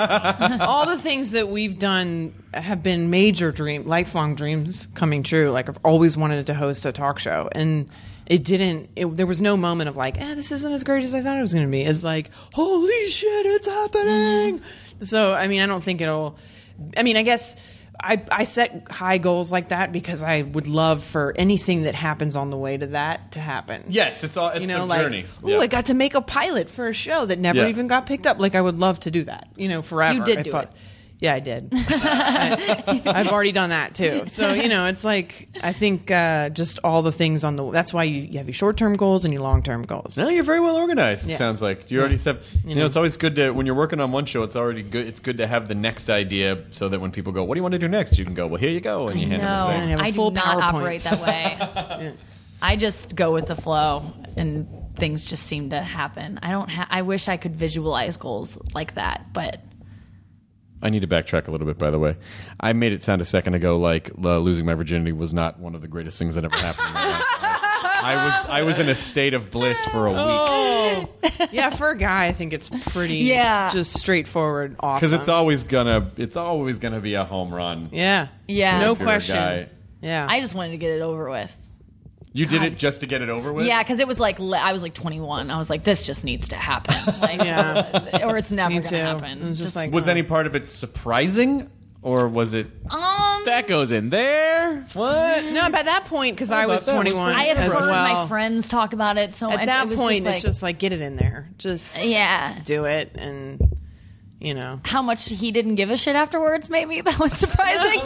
S8: all the things that we've done have been major dream, lifelong dreams coming true. Like I've always wanted to host a talk show, and it didn't. It, there was no moment of like, eh, this isn't as great as I thought it was going to be. It's like, holy shit, it's happening. So I mean, I don't think it'll. I mean, I guess. I, I set high goals like that because I would love for anything that happens on the way to that to happen
S4: Yes, it's all. It's
S8: you know,
S4: the
S8: like,
S4: journey.
S8: oh,
S4: Yeah.
S8: I got to make a pilot for a show that never
S4: Yeah.
S8: even got picked up. Like, I would love to do that, you know, forever.
S5: You did
S8: I
S5: do it.
S8: Yeah, I did. I, have already done that too. So, you know, it's like, I think uh, just all the things on the, that's why you, you have your short term goals and your long term goals.
S4: No, you're very well organized. It
S8: Yeah.
S4: sounds like you already have. You, know, it's always good to when you're working on one show. It's already good. It's good to have the next idea so that when people go, "What do you want to do next?" You can go, "Well, here you go," and you hand them
S5: No,
S4: the thing.
S8: have a
S5: I
S8: full
S5: do not
S8: PowerPoint.
S5: operate that way. I just go with the flow, and things just seem to happen. I don't. Ha- I wish I could visualize goals like that, but
S4: I need to backtrack a little bit, by the way. I made it sound a second ago like uh, losing my virginity was not one of the greatest things that ever happened. in my life. I was I was in a state of bliss for a
S8: Oh.
S4: week
S8: yeah, for a guy, I think it's pretty,
S5: Yeah.
S8: just straightforward, awesome.
S4: because it's always gonna it's always gonna be a home run.
S8: yeah.
S5: Yeah.
S8: No
S4: If you're a
S8: question.
S4: guy.
S8: Yeah.
S5: I just wanted to get it over with.
S4: You did it just to get it over with.
S5: Yeah, because it was like le- I was like 21. I was like, this just needs to happen, like, or it's never
S8: Me
S5: going
S8: too.
S5: to happen.
S8: It was just like,
S4: Was any part of it surprising, or was it?
S5: um,
S6: That goes in there.
S4: What?
S8: no, by that point, because I,
S4: thought
S8: was
S4: that was
S8: 21
S5: I had
S8: as
S5: heard
S8: well.
S5: my friends talk about it, so
S8: at
S5: and
S8: that
S5: it was
S8: point
S5: just
S8: it's
S5: like,
S8: just like get it in there just
S5: Yeah.
S8: do it and you know
S5: how much he didn't give a shit afterwards. Maybe that was surprising.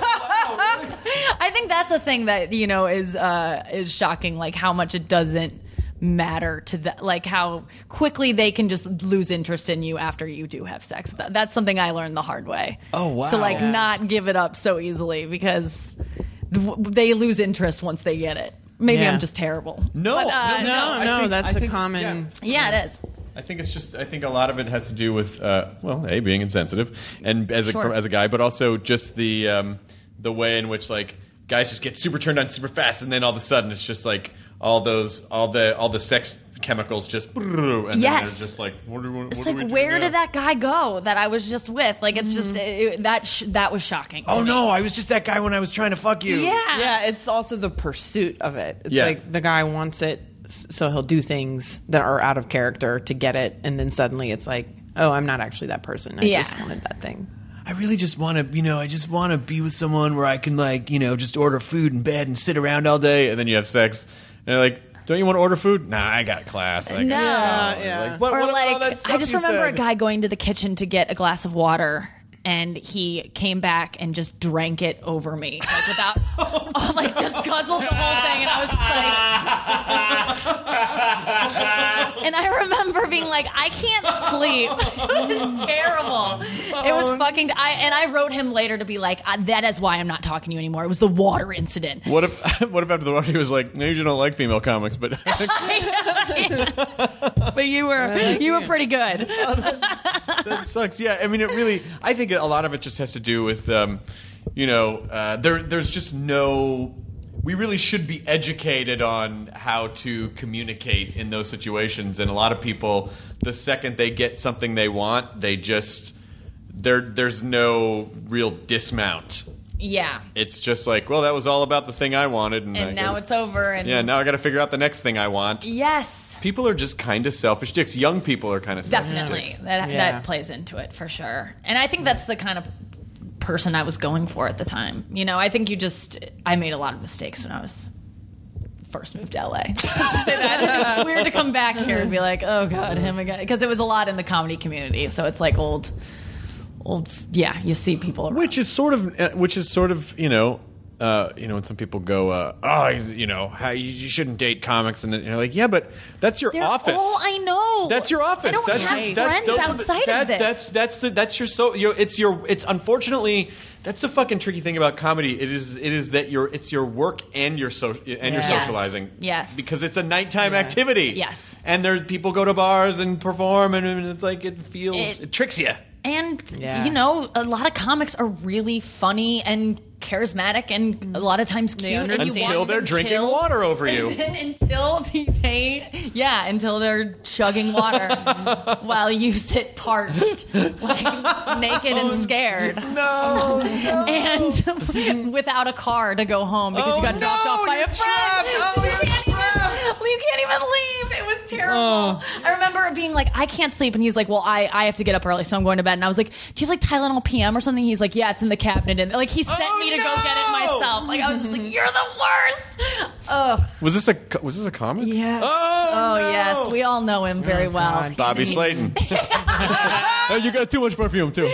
S5: I think that's a thing that you know is uh, is shocking, like how much it doesn't matter to the like how quickly they can just lose interest in you after you do have sex. Th- that's something I learned the hard way. Oh wow! To like not give it up so easily because th- they lose interest once they get it. Maybe
S8: Yeah.
S5: I'm just terrible.
S4: No,
S5: But, uh,
S8: no
S5: no,
S8: no,
S4: I think-
S8: that's
S4: I
S8: a
S4: think-
S8: common
S5: Yeah, it is.
S4: I think it's just. I think a lot of it has to do with uh, well, a being insensitive, and as a
S5: Sure.
S4: from- as a guy, but also just the um, the way in which like guys just get super turned on super fast, and then all of a sudden it's just like all those all the all the sex chemicals just brrrr, and
S5: Yes.
S4: then they're just like what do we, what
S5: It's
S4: do we
S5: like,
S4: do
S5: where
S4: now?
S5: did that guy go that I was just with? Like, it's just it, that sh- that was shocking.
S4: Oh no! I was just that guy when I was trying to fuck you.
S5: Yeah.
S8: Yeah, it's also the pursuit of it. It's
S4: Yeah.
S8: like the guy wants it, s- so he'll do things that are out of character to get it, and then suddenly it's like, oh, I'm not actually that person. I
S5: Yeah.
S8: just wanted that thing.
S4: I really just want to, you know, I just want to be with someone where I can, like, you know, just order food in bed and sit around all day, and then you have sex, and you're like, don't you want to order food? Nah, I got class. I got-
S5: No.
S4: Oh,
S8: Yeah, yeah.
S4: Like, what,
S5: or
S4: what about all that
S5: like,
S4: stuff
S5: I just
S4: you
S5: remember
S4: said?
S5: a guy going to the kitchen to get a glass of water. And he came back and just drank it over me, like without, oh, like just guzzled the whole thing, and I was just like, and I remember being like, I can't sleep. It was terrible. It was
S4: Oh.
S5: fucking. I and I wrote him later to be like, "Uh, that is why I'm not talking to you anymore. It was the water incident.
S4: What if, what if after the water he was like, maybe you don't like female comics, but
S5: But you were you were pretty good.
S4: Uh, that sucks. Yeah, I mean, it really. I think a lot of it just has to do with, um, you know, uh, there. There's just no. We really should be educated on how to communicate in those situations, and a lot of people, the second they get something they want, they just there. There's no real dismount.
S5: Yeah.
S4: It's just like, well, that was all about the thing I wanted, and, I
S5: And now
S4: guess-
S5: it's over. And
S4: Yeah, now I got to figure out the next thing I want.
S5: yes.
S4: People are just kind of selfish dicks. Young people are kind of selfish
S5: definitely
S4: dicks.
S5: that
S8: Yeah.
S5: that plays into it for sure and i think that's the kind of person i was going for at the time you know i think you just i made a lot of mistakes when i was first moved to la Just say that. it's weird to come back here and be like oh god him again because it was a lot in the comedy community so it's like old old yeah you see people around.
S4: which is sort of uh, which is sort of you know uh, you know when some people go uh, oh he's- you know how you, you shouldn't date comics and then you're like yeah but that's your
S5: They're
S4: office
S5: all I know.
S4: that's your office
S5: I don't
S4: that's
S5: have
S4: your,
S5: friends
S4: those are the-
S5: outside of
S4: that-
S5: this.
S4: that's that's the that's your so your it's your it's unfortunately that's the fucking tricky thing about comedy it is it is that your it's your work and your so and your
S8: Yes.
S4: socializing
S5: Yes.
S4: because it's a nighttime activity
S5: Yes.
S4: and there people go to bars and perform and, and it's like it feels
S5: It-
S4: it tricks you
S5: And
S8: Yeah.
S5: you know, a lot of comics are really funny and charismatic, and a lot of times cute. and you
S8: understand.
S5: watch
S4: until they're
S5: them
S4: drinking
S5: kill-
S4: water over you
S5: And until they, yeah, until they're chugging water while you sit parched, like naked
S4: Oh,
S5: and scared,
S4: No. no.
S5: and without a car to go home because
S4: Oh,
S5: you got dropped
S4: no,
S5: off by
S4: you're
S5: a friend.
S4: trapped. Oh,
S5: you,
S4: you're
S5: can't
S4: trapped. Oh.
S5: Even, you can't even leave. It was terrible. I remember it being like, I can't sleep, and he's like, Well, I, I have to get up early, so I'm going to bed. And I was like, Do you have like Tylenol PM or something? He's like, Yeah, it's in the cabinet. And like he sent
S4: Oh,
S5: me to go get it
S4: no.
S5: myself. Like I was just like, You're the worst. Ugh.
S4: Was this a co- was this a comic?
S5: Yes.
S4: Oh, no. Oh,
S5: yes, we all know him very well.
S4: Bobby
S5: He-
S4: Slayton. oh, you got too much perfume too.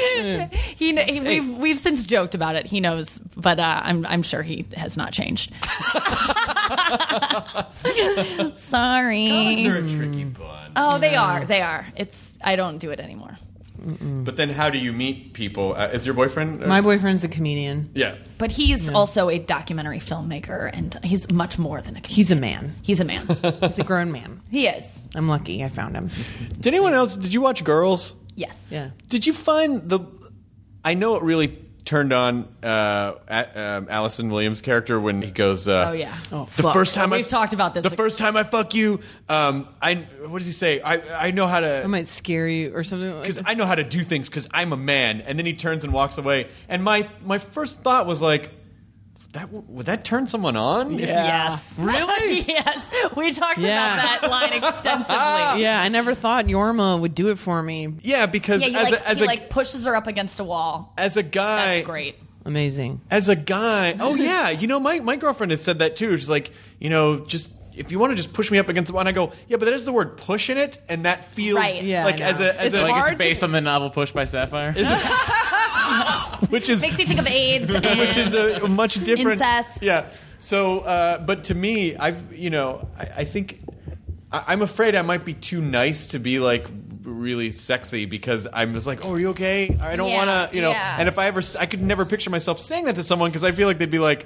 S5: He, kn- he we've we've since joked about it. He knows, but uh, I'm I'm sure he has not changed. Sorry.
S4: a tricky bunch.
S5: Oh, they are. They are. It's I don't do it anymore.
S4: But then, how do you meet people? Uh, is your boyfriend? uh,
S8: My boyfriend's a comedian.
S4: yeah.
S5: But he's also a documentary filmmaker, and he's much more than a comedian.
S8: He's a man.
S5: He's a man.
S8: He's a grown man.
S5: he is.
S8: I'm lucky I found him.
S4: Did anyone else? Did you watch Girls?
S5: Yes.
S8: Yeah.
S4: Did you find the? I know it really turned on uh, a- um, Allison Williams' character when he goes. Uh,
S5: Oh, yeah. Oh,
S4: the
S5: fuck.
S4: first time I-
S5: We've talked about this.
S4: The first time I fuck you, um, I what does he say? I I know how to.
S8: I might scare you or something. Like
S4: because I know how to do things because I'm a man. And then he turns and walks away. And my my first thought was like, that would that turn someone on?
S5: Yes.
S4: Really?
S5: yes. We talked
S8: Yeah.
S5: about that line extensively.
S8: yeah, I never thought Yorma would do it for me.
S4: Yeah, because
S5: Yeah, he,
S4: as
S5: like,
S4: a, as
S5: he
S4: a
S5: like pushes her up against a wall.
S4: as a guy,
S5: That's great.
S8: Amazing.
S4: as a guy, oh yeah, you know my my girlfriend has said that too. She's like, you know, just. If you want to just push me up against the wall, and I go, yeah, but that is the word push in it, and that feels
S5: Right. Yeah,
S4: like
S8: I
S4: as
S8: know.
S4: a as
S8: It's
S4: a,
S8: hard
S6: It's based on the novel Push by Sapphire.
S4: which is
S5: Makes you think of AIDS and
S4: which is a much different
S5: Incest.
S4: Yeah. So, uh, but to me, I've you know, I, I think I, I'm afraid I might be too nice to be like really sexy because I'm just like, oh, are you okay? I don't
S5: Yeah,
S4: want to, you know.
S5: yeah.
S4: And if I ever, s- I could never picture myself saying that to someone because I feel like they'd be like.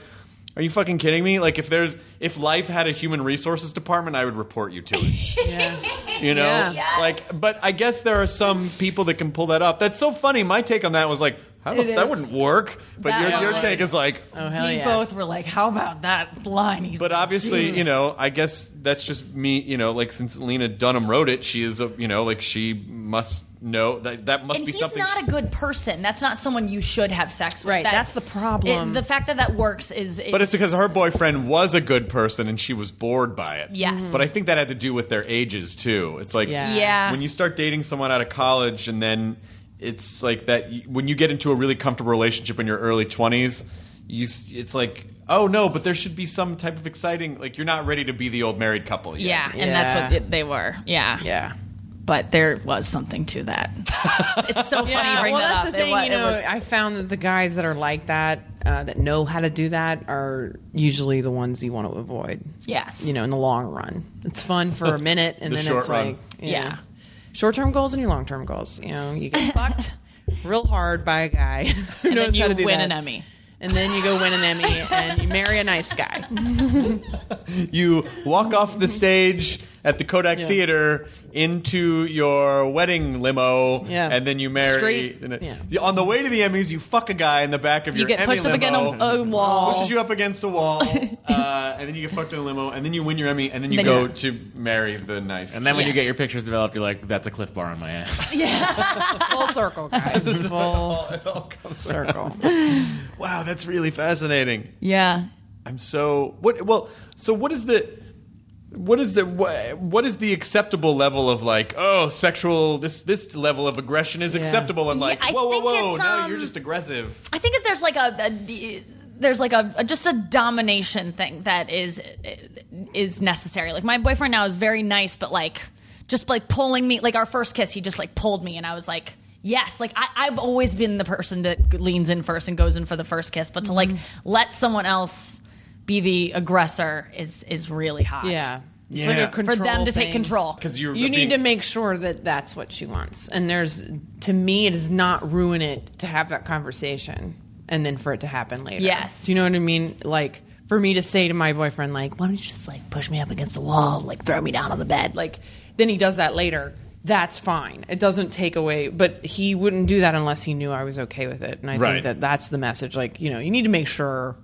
S4: Are you fucking kidding me? Like if there's if life had a human resources department, I would report you to it.
S8: Yeah.
S4: You know,
S5: Yeah. Yes.
S4: like, but I guess there are some people that can pull that off. That's so funny. My take on that was like, how,
S5: It
S4: that
S5: is. Oh,
S4: wouldn't work. But
S5: That
S4: your, your
S5: would.
S4: take is like,
S5: we both were like, "How about that line?" He's
S4: but
S5: like,
S4: obviously,
S5: "Jesus."
S4: you know, I guess that's just me. You know, like since Lena Dunham wrote it, she is a, you know, like she must know that that must
S5: and
S4: be
S5: he's
S4: something.
S5: not a good person. That's not someone you should have sex with.
S8: Right, that's the problem.
S5: it- the fact that that works is,
S4: but it's because her boyfriend was a good person and she was bored by it.
S5: Yes. Mhm.
S4: But I think that had to do with their ages too. It's like
S5: Yeah. Yeah.
S4: when you start dating someone out of college and then it's like that y- when you get into a really comfortable relationship in your early 20s, you s- it's like oh no, but there should be some type of exciting like you're not ready to be the old married couple
S5: yeah,
S4: yet.
S5: and that's what it, they were. Yeah,
S8: yeah.
S5: But there was something to that. it's so funny. you bring
S8: Uh, well,
S5: that
S8: that's
S5: up.
S8: the
S5: It
S8: thing.
S5: wa-
S8: you
S5: it
S8: know,
S5: was-
S8: I found that the guys that are like that, uh, that know how to do that, are usually the ones you want to avoid.
S5: Yes.
S8: you know, in the long run, it's fun for a minute, and
S4: The
S8: then
S4: short
S8: it's
S4: run.
S8: like,
S5: Yeah.
S8: short-term goals and your long-term goals. You know, you get fucked real hard by a guy who
S5: and then
S8: knows
S5: you
S8: how to do
S5: win
S8: that.
S5: an Emmy.
S8: and then you go win an Emmy, and you marry a nice guy.
S4: you walk off the stage at the Kodak
S8: Yeah.
S4: Theater into your wedding limo,
S8: Yeah.
S4: and then you marry.
S8: Straight-
S4: and it-
S8: yeah.
S4: On the way to the Emmys, you fuck a guy in the back of
S5: You
S4: your
S5: get
S4: Emmy
S5: pushed up
S4: limo.
S5: against a- a wall.
S4: Pushes you up against a wall, uh, and then you get fucked in a limo, and then you win your Emmy, and then you
S5: Then
S4: go
S5: you-
S4: to marry the nice.
S6: And then when
S5: Yeah.
S6: you get your pictures developed, you're like, "That's a cliff bar on my ass."
S8: Full circle, guys. Full
S4: it all comes.
S8: circle.
S4: Wow, that's really fascinating.
S5: Yeah.
S4: I'm so what? Well, so what is the what is the wha- what is the acceptable level of like oh sexual this this level of aggression is acceptable and like
S5: Yeah, I
S4: whoa whoa
S5: think
S4: whoa
S5: it's,
S4: now
S5: um,
S4: you're just aggressive
S5: I think that there's like a, a d- there's like a, a- just a domination thing that is is necessary. Like my boyfriend now is very nice, but like just like pulling me. Like our first kiss, he just like pulled me, and I was like. Yes, like I, I've always been the person that leans in first and goes in for the first kiss, but to like
S8: Mm-hmm.
S5: let someone else be the aggressor is is really hot.
S8: Yeah. It's
S4: Yeah.
S8: like a
S4: For
S5: for
S8: control
S5: them to take
S8: thing.
S5: control.
S4: because you're
S8: you
S4: being-
S8: need to make sure that that's what she wants and there's to me it does not ruin it to have that conversation and then for it to happen later
S5: Yes.
S8: do you know what i mean like for me to say to my boyfriend like why don't you just like push me up against the wall like throw me down on the bed like then he does that later that's fine it doesn't take away but he wouldn't do that unless he knew i was okay with it and i
S4: Right.
S8: think that that's the message like you know you need to make sure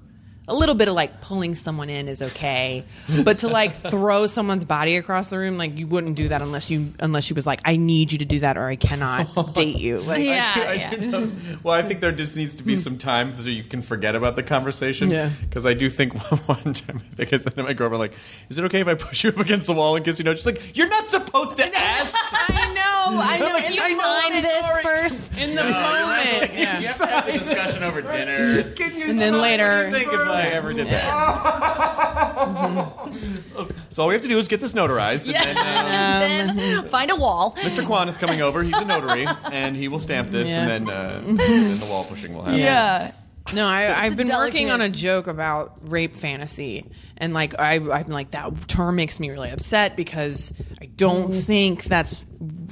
S8: a little bit of like pulling someone in is okay, but to like throw someone's body across the room, like you wouldn't do that unless you unless she was like, I need you to do that or I cannot date you. Like,
S5: Yeah,
S4: I do- I do know- well, I think there just needs to be some time so you can forget about the conversation.
S8: Hmm. Yeah.
S4: Because I do think one time, I think I said to my girlfriend, like, is it okay if I push you up against the wall and kiss you? No, she's like, you're not supposed to ask.
S8: I know, I know.
S4: Like,
S8: in
S4: you
S8: the
S4: signed
S8: moment-
S4: this
S5: first.
S8: in the moment. Yeah.
S6: You have to have the discussion over dinner.
S4: Can you
S8: And then
S4: stop?
S8: later-
S4: Think if I ever did that. so all we have to do is get this notarized. And then, uh,
S8: Um,
S5: And then find a wall.
S4: Mr. Kwan is coming over. He's a notary, and he will stamp this,
S8: Yeah.
S4: and then uh, then the wall pushing will happen.
S5: Yeah.
S8: No, I, I've
S5: a
S8: been working
S5: delicate-
S8: on a joke about rape fantasy, and like I, I'm like that term makes me really upset because I don't
S5: Mm-hmm.
S8: think that's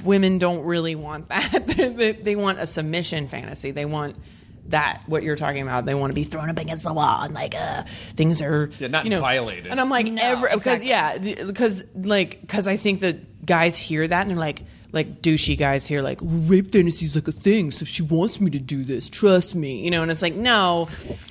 S8: women don't really want that. they, they, they want a submission fantasy. They want that what you're talking about. They want to be thrown up against the wall and like uh, things are
S4: Yeah, not
S8: you know,
S4: violated.
S8: And I'm like
S5: No,
S8: every because
S5: exactly.
S8: yeah th- because like because I think that guys hear that and they're like. Like douchey guys here, like rape fantasies like a thing, so she wants me to do this. Trust me, you know. And it's like, no,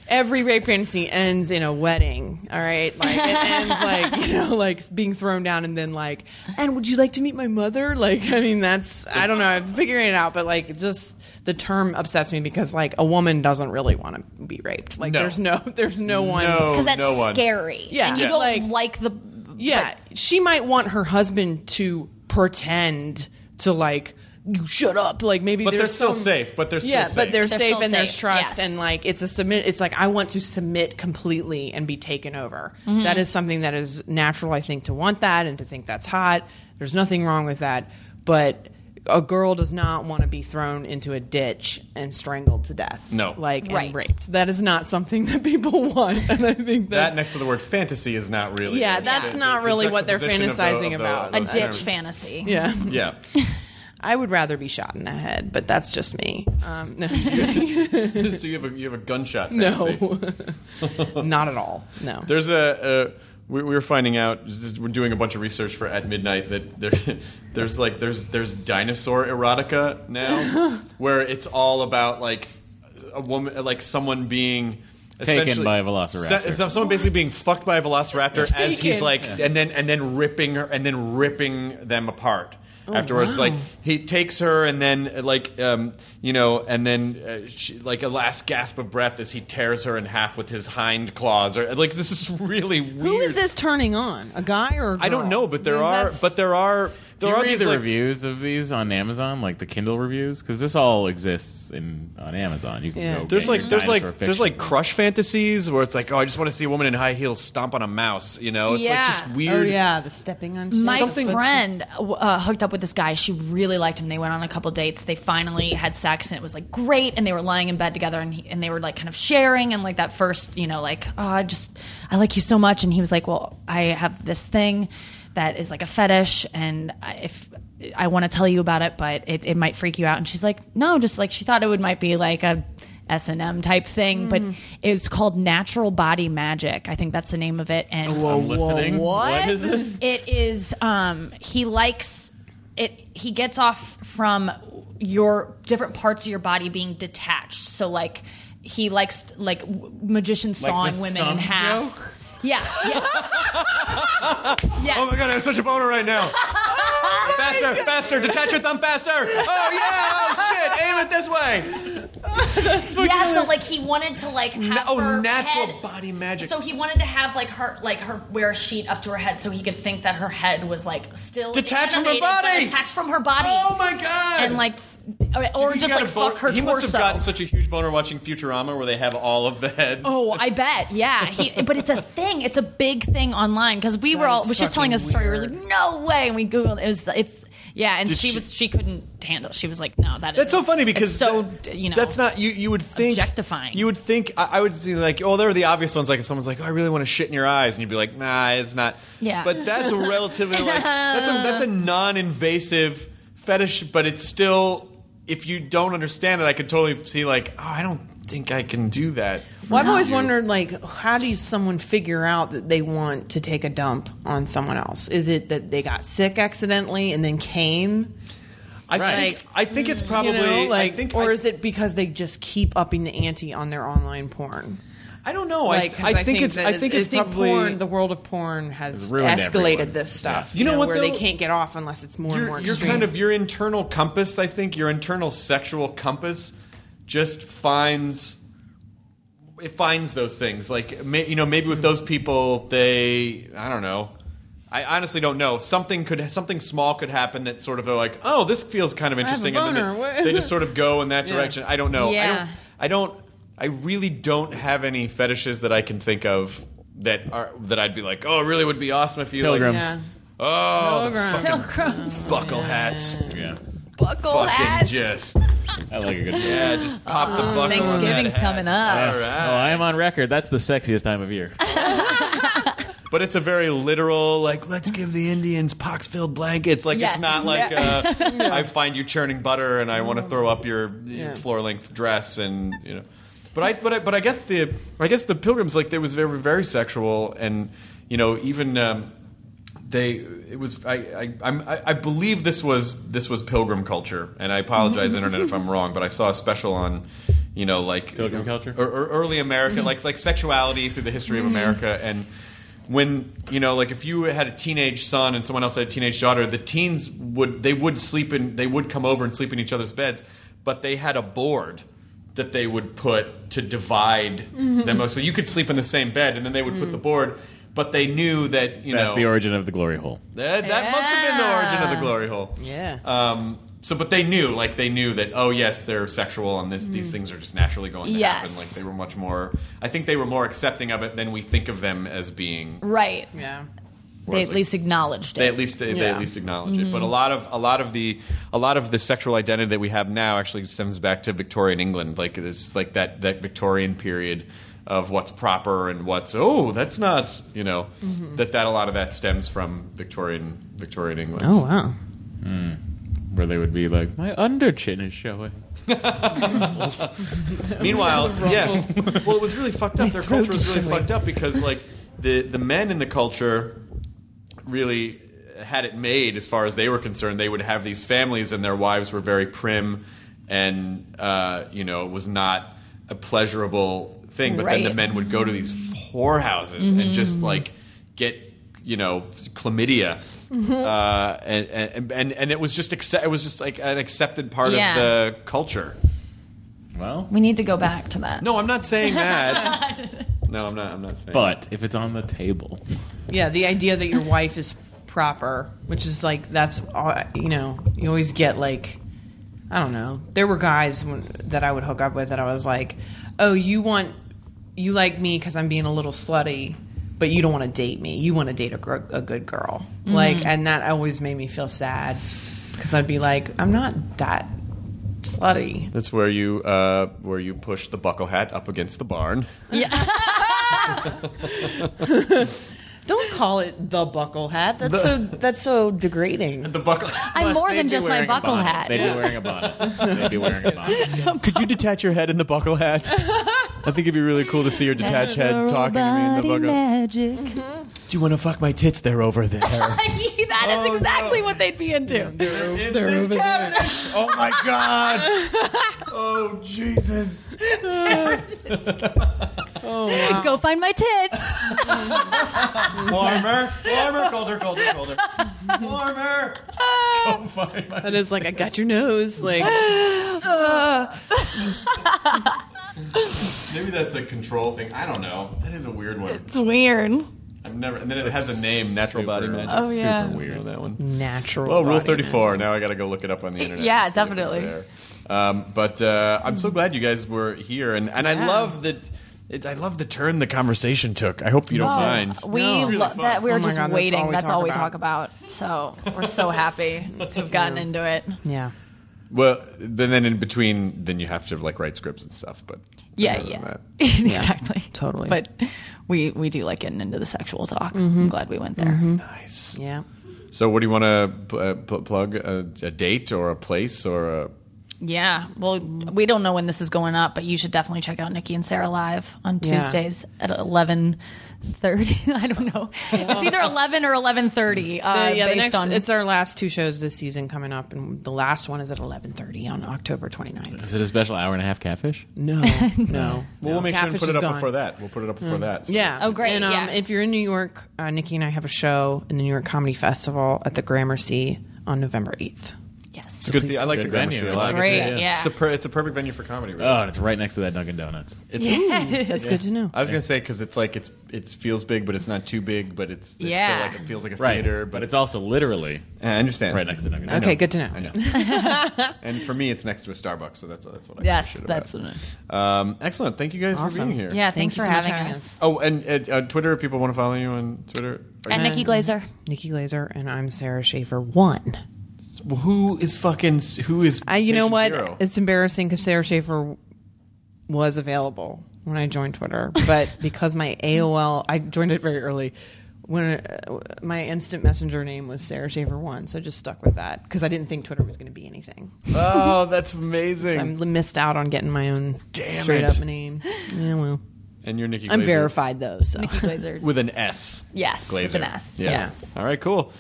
S8: every rape fantasy ends in a wedding. All right, like it ends like you know, like being thrown down, and then like, and would you like to meet my mother? Like, I mean, that's I don't know. I'm figuring it out, but like, just the term upsets me because like a woman doesn't really want to be raped. Like,
S4: No.
S8: there's no, there's no one.
S4: No,
S5: Because that's
S4: no one.
S5: scary.
S8: Yeah.
S5: And you
S8: Yeah.
S5: don't
S8: Like-
S5: like, the.
S8: Yeah, she might want her husband to pretend to like you shut up. Like maybe,
S4: But they're
S8: there's
S4: still
S8: some-
S4: safe, but they're still
S8: yeah,
S4: safe.
S8: but they're,
S5: They're
S8: safe
S5: still
S8: and there's
S5: safe,
S8: trust
S5: yes.
S8: and like it's a submit. It's like I want to submit completely and be taken over.
S5: Mm-hmm.
S8: That is something that is natural, I think, to want that and to think that's hot. There's nothing wrong with that, but. A girl does not want to be thrown into a ditch and strangled to death.
S4: No.
S8: like and
S5: Right.
S8: raped. That is not something that people want, and I think
S4: That next to the word fantasy is not really.
S8: Yeah,
S4: the-
S8: that's
S4: the-
S8: not
S4: the
S8: really what they're
S4: juxtaposition of the-
S8: fantasizing
S4: of the-
S8: about.
S4: of
S5: A
S4: those
S5: ditch
S4: terms.
S5: fantasy.
S8: yeah.
S4: Yeah.
S8: I would rather be shot in the head, but that's just me. Um, no, I'm just kidding.
S4: so you have a you have a gunshot. fantasy.
S8: no, not at all. No.
S4: There's a. Uh, we, we were finding out. just- We're doing a bunch of research for at midnight that there, there's like there's there's dinosaur erotica now, where it's all about like a woman, like someone being.
S6: Taken
S4: essentially-
S6: by a velociraptor.
S4: Se- so- someone basically being fucked by a velociraptor as he's
S8: Taken.
S4: like, and then and then ripping her, and then ripping them apart. Afterwards,
S8: Oh, wow.
S4: like he takes her, and then uh, like um, you know, and then uh, she, like a last gasp of breath as he tears her in half with his hind claws. Or like this is really weird.
S8: Who is this turning on? A guy or a girl?
S4: I don't know, but there
S8: Because
S4: are,
S8: that's-
S4: but there are,
S6: Do
S4: there
S6: you
S4: are
S6: read
S4: these
S6: the
S4: like,
S6: reviews of these on Amazon, like the Kindle reviews? Because this all exists in on Amazon. You can
S8: Yeah.
S6: go.
S4: There's
S6: get your
S4: like there's like
S6: dinosaur
S4: there's like
S6: fiction.
S4: crush fantasies where it's like oh I just want to see a woman in high heels stomp on a mouse you know it's
S5: Yeah.
S4: like just weird
S8: Oh yeah, the stepping on.
S5: My
S8: Something-
S5: friend uh, hooked up with this guy. She really liked him. They went on a couple dates. They finally had sex, and it was like great. And they were lying in bed together, and he, and they were like kind of sharing. And like that first, you know, like oh, I just I like you so much. And he was like, well, I have this thing that is like a fetish, and I, if I want to tell you about it, but it, it might freak you out. And she's like, no, just like she thought it would might be like a S and M type thing, but it's called natural body magic. I think that's the name of it. And
S6: I'm listening.
S8: what?
S6: What is this?
S5: it is um he likes it he gets off from your different parts of your body being detached so like he likes like w- magician sawing
S6: the
S5: women in
S6: thumb
S5: half
S6: joke?
S5: yeah yeah yeah
S4: Oh my god, I have such a boner right now. faster, faster, detach your thumb faster. Oh yeah, oh shit, aim it this way.
S5: yeah so like he wanted to like have
S4: Na- oh,
S5: her
S4: natural
S5: head-
S4: body magic.
S5: so he wanted to have like her like her wear a sheet up to her head so he could think that her head was like still
S4: Detached from her
S5: animated, but
S4: body!
S5: detached from her body
S4: Oh my god.
S5: and like f- or, or
S4: He
S5: just
S4: got
S5: like
S4: a boner-
S5: fuck her
S4: He
S5: torso
S4: must have gotten such a huge boner watching Futurama where they have all of the heads.
S5: Oh, I bet. Yeah. He, but it's a thing. It's a big thing online because we were all.
S8: is
S5: She was telling us a
S8: fucking
S5: story. We were
S8: weird.
S5: like, no way. And we googled. It was. It's. Yeah. And
S4: Did
S5: she,
S4: she-
S5: was. She couldn't handle. She was like, no. That
S4: That's so
S5: isn't-
S4: funny
S5: it's
S4: because
S5: so
S4: that-
S5: you know.
S4: that's not you. You would think
S5: objectifying.
S4: You would think I, I would be like, oh, there are the obvious ones. Like if someone's like, oh, I really want to shit in your eyes, and you'd be like, nah, it's not.
S5: Yeah.
S4: But that's a relatively like that's a that's a non-invasive fetish, but it's still if you don't understand it, I could totally see like, oh, I don't think I can do that.
S8: Well, I've always
S4: You-
S8: wondered, like, how do someone figure out that they want to take a dump on someone else? Is it that they got sick accidentally and then came?
S4: I
S8: Right. Mm,
S4: think I think it's
S8: You
S4: probably
S8: know, like,
S4: I think
S8: or
S4: I-
S8: is it because they just keep upping the ante on their online porn?
S4: I don't know.
S8: Like,
S4: I,
S8: 'cause
S4: I, think, it's
S8: that
S4: I think it's probably
S8: porn, the world of porn has
S6: It's ruined
S8: escalated
S6: everyone.
S8: this stuff.
S4: Yeah. You know what,
S8: where they
S4: though?
S8: can't get off unless it's more and more
S4: your, your
S8: extreme.
S4: kind of your internal compass i think your internal sexual compass just finds it finds those things like may, you know maybe
S8: Hmm.
S4: with those people they i don't know i honestly don't know something could something small could happen that sort of are like oh this feels kind of
S8: have a
S4: interesting and then
S8: boner.
S4: they, they just sort of go in that direction i don't know
S5: Yeah.
S4: i don't i don't i really don't have any fetishes that i can think of that are that i'd be like oh it really would be awesome if you like-
S6: Pilgrims.
S8: yeah.
S4: oh the
S8: Pilgrims.
S4: fucking
S5: Crumbs.
S4: buckle hats
S6: Yeah.
S5: Buckle
S4: fucking
S5: hats. Ah.
S4: just
S6: I like a good.
S4: yeah, just pop the buckle. on that
S5: Thanksgiving's
S4: hat.
S5: coming up.
S4: All
S6: Oh,
S4: right,
S6: I am on record. That's the sexiest time of year.
S4: but it's a very literal like let's give the Indians pox-filled blankets. Like
S5: Yes.
S4: it's not like uh, I find you churning butter and I want to throw up your,
S8: Yeah.
S4: floor-length dress and you know. But I but I, but I guess the I guess the pilgrims like they was very very sexual and you know even. Um, they it was I I, I'm, I I believe this was this was pilgrim culture and I apologize internet if I'm wrong but I saw a special on you know like
S6: Pilgrim culture?
S4: or, or early America like like sexuality through the history of America and when you know like if you had a teenage son and someone else had a teenage daughter the teens would they would sleep in they would come over and sleep in each other's beds but they had a board that they would put to divide them so you could sleep in the same bed and then they would put the board but they knew that you
S6: That's
S4: know
S6: the origin of the glory hole.
S4: that, that must have been the origin of the
S5: Yeah.
S4: glory hole.
S8: Yeah.
S4: Um, so, but they knew, like, they knew that, oh, yes, they're sexual and this, these things are just naturally going to
S5: Mm-hmm. Yes.
S4: happen. Like, they were much more, I think they were more accepting of it than we think of them as being.
S5: Right.
S8: yeah.
S5: They at least Mm-hmm. acknowledged it.
S4: They at least they,
S8: Yeah.
S4: at least acknowledge it, but a lot of a lot of the a lot of the sexual identity that we have now actually stems back to Victorian England, like it's like that that Victorian period of what's proper and what's oh that's not you know
S5: Mm-hmm.
S6: Oh,
S4: that that a lot of that stems from Victorian Victorian England.
S8: Oh wow.
S6: where they would be like, "My under chin is showing."
S4: Meanwhile,
S6: The
S4: yeah.
S6: ruffles.
S4: Well, it was really fucked up.
S6: My
S4: Their
S6: throat
S4: culture was
S6: is
S4: really
S6: showing.
S4: fucked up because like the the men in the culture really had it made as far as they were concerned. They would have these families, and their wives were very prim, and uh, you know, it was not a pleasurable thing. But then the
S10: Right.
S4: men would go to these whorehouses and just
S10: Mhm.
S4: like get you know chlamydia.
S10: Mhm.
S4: Uh, and, and and and it was just accept, it was just like an accepted part
S5: Yeah.
S4: of the culture.
S6: Well,
S5: We need to go back to that.
S4: No, I'm not saying that. no, I'm not. I'm not saying.
S6: But if it's on the table,
S8: Yeah, the idea that your wife is proper, which is like that's all- you know, you always get like I don't know. There were guys when, that I would hook up with that I was like, "Oh, you want you like me because I'm being a little slutty, but you don't want to date me. You want to date a, gr- a good girl." Like,
S10: Mhm.
S8: and that always made me feel sad because I'd be like, "I'm not that slutty."
S4: That's where you uh, where you push the buckle hat up against the barn.
S8: Don't call it the buckle hat. That's
S4: The-
S8: so that's so degrading. The
S4: buckle.
S5: I'm more than just my buckle hat.
S6: bonnet. They'd be wearing a bonnet.
S4: Could you detach your head in the buckle hat? I think it'd be really cool to see your detached head talking to me in the buckle.
S5: magic.
S4: Do you want to fuck my tits? They're over there.
S5: that
S4: Oh,
S5: is exactly what they'd be into.
S4: In this cabinet. Oh my god. oh Jesus.
S8: oh,
S5: Go find my tits.
S4: Warmer, warmer, colder, colder, colder. Warmer. Go find my.
S8: That is like I got your nose. Like
S4: Maybe that's a control thing. I don't know. That is a weird one.
S5: it's weird.
S4: I've never. And then it has a name, natural body magic.
S5: Oh, yeah.
S4: Super weird. That one.
S8: natural.
S4: Well, Oh, Rule
S8: body
S4: Thirty Four. Now I got to go look it up on the internet.
S5: Yeah,
S4: and see if it's
S5: definitely.
S4: there. Um, but uh, I'm so glad you guys were here, and, and I
S5: Yeah.
S4: love that. It, I love the turn the conversation took. I hope you don't
S5: Oh,
S4: mind.
S5: We
S4: It's really
S5: lo-
S4: fun.
S5: that we
S8: Oh
S5: were
S8: my
S5: just
S8: God, that's all
S5: waiting.
S8: we
S5: That's
S8: talk
S5: all we
S8: about.
S5: talk about. So we're so happy to have gotten into it.
S8: Yeah.
S4: Well, then, then in between, then you have to like write scripts and stuff. But
S5: Yeah,
S4: other than
S5: yeah,
S4: that-
S5: exactly,
S8: totally.
S5: But we we do like getting into the sexual talk. I'm
S8: Mhm.
S5: glad we went there.
S4: Nice.
S8: Yeah.
S4: So, what do you want to uh, pl- plug? A, a date or a place or a
S5: Yeah. Well, we don't know when this is going up, but you should definitely check out Nikki and Sarah live on
S8: Yeah.
S5: Tuesdays at eleven thirty. I don't know. It's either eleven or eleven thirty. Uh,
S8: The- yeah, the
S5: based
S8: next,
S5: on
S8: it's our last two shows this season coming up, and the last one is at 11:30 on October 29th.
S6: is it a special hour and a half catfish?
S8: No, no.
S4: Well, we'll make sure and
S8: Catfish
S4: put
S8: is
S4: it up
S8: gone.
S4: before that. We'll put it up before that. so-
S8: Yeah.
S5: Oh, great,
S8: And um,
S5: yeah.
S8: if you're in New York, uh, Nikki and I have a show in the New York Comedy Festival at the Gramercy on November 8th.
S5: Yes.
S4: It's a good thing. I like
S6: Good
S4: the Gramercy
S6: venue.
S4: a lot.
S6: It's great, Great, yeah.
S5: yeah.
S4: It's, a per- it's a perfect venue for comedy. Really.
S6: Oh, and it's right next to that Dunkin' Donuts.
S4: It's
S8: Yeah, that's good to know.
S4: I was gonna say because it's like it's it feels big, but it's not too big, but it's, it's
S5: Yeah.
S4: still like it feels like a
S6: Right.
S4: theater.
S6: But
S4: But
S6: it's also literally
S4: I understand
S6: right next to Dunkin' Donuts.
S8: Okay, good to know.
S4: I know. and for me, it's next to a Starbucks, so that's that's what I
S5: Yes,
S4: appreciate
S5: that's
S4: about.
S5: what
S4: it. Um, excellent. Thank you guys for
S8: Awesome.
S4: being here.
S5: yeah. Thanks
S8: Thank you
S5: for
S8: so much
S5: having
S8: for having
S5: us.
S8: us.
S4: Oh, and uh, uh, Twitter. If people want to follow you on Twitter,
S5: At Nikki Glazer.
S8: Nikki Glazer and I'm Sarah Schaefer. One.
S4: who is fucking who is
S8: I, you know
S4: patient
S8: what?
S4: zero?
S8: It's embarrassing because Sarah Schaefer was available when I joined Twitter, but because my AOL, I joined it very early. When uh, my instant messenger name was Sarah Schaefer one, so I just stuck with that because I didn't think Twitter was going to be anything.
S4: oh, that's
S8: So I
S4: amazing.
S8: missed out on getting my own
S4: Damn
S8: straight
S4: it.
S8: up name. Yeah, well,
S4: and you're Nikki.
S8: I'm
S4: Glaser.
S8: verified though, so
S5: Nikki Glazer.
S4: with an S.
S5: Yes,
S4: Glazer.
S5: with an S.
S4: Yeah.
S8: Yes.
S4: All right, cool.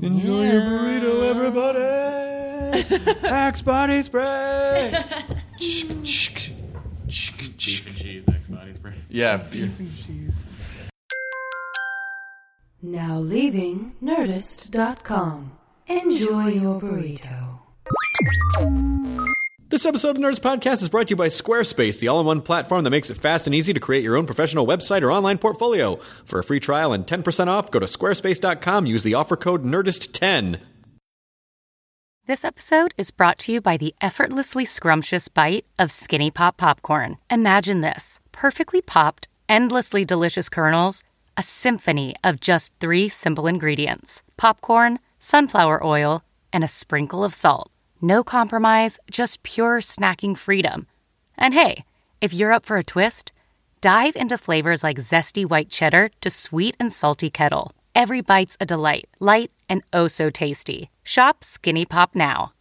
S4: Enjoy your burrito, everybody. Axe body spray. Chk, chk, chk,
S6: Beef
S4: chk.
S6: and cheese, X body spray.
S4: yeah. beer.
S13: Now leaving Nerdist.com. Enjoy your burrito.
S12: This episode of Nerds Podcast is brought to you by Squarespace, the all in one platform that makes it fast and easy to create your own professional website or online portfolio. For a free trial and 10% off, go to squarespace.com, use the offer code NERDIST10.
S14: This episode is brought to you by the effortlessly scrumptious bite of Skinny Pop Popcorn. Imagine this perfectly popped, endlessly delicious kernels, a symphony of just three simple ingredients popcorn, sunflower oil, and a sprinkle of salt. No compromise, just pure snacking freedom. And hey, if you're up for a twist, dive into flavors like zesty white cheddar to sweet and salty kettle. Every bite's a delight, light and oh so tasty. Shop Skinny Pop now.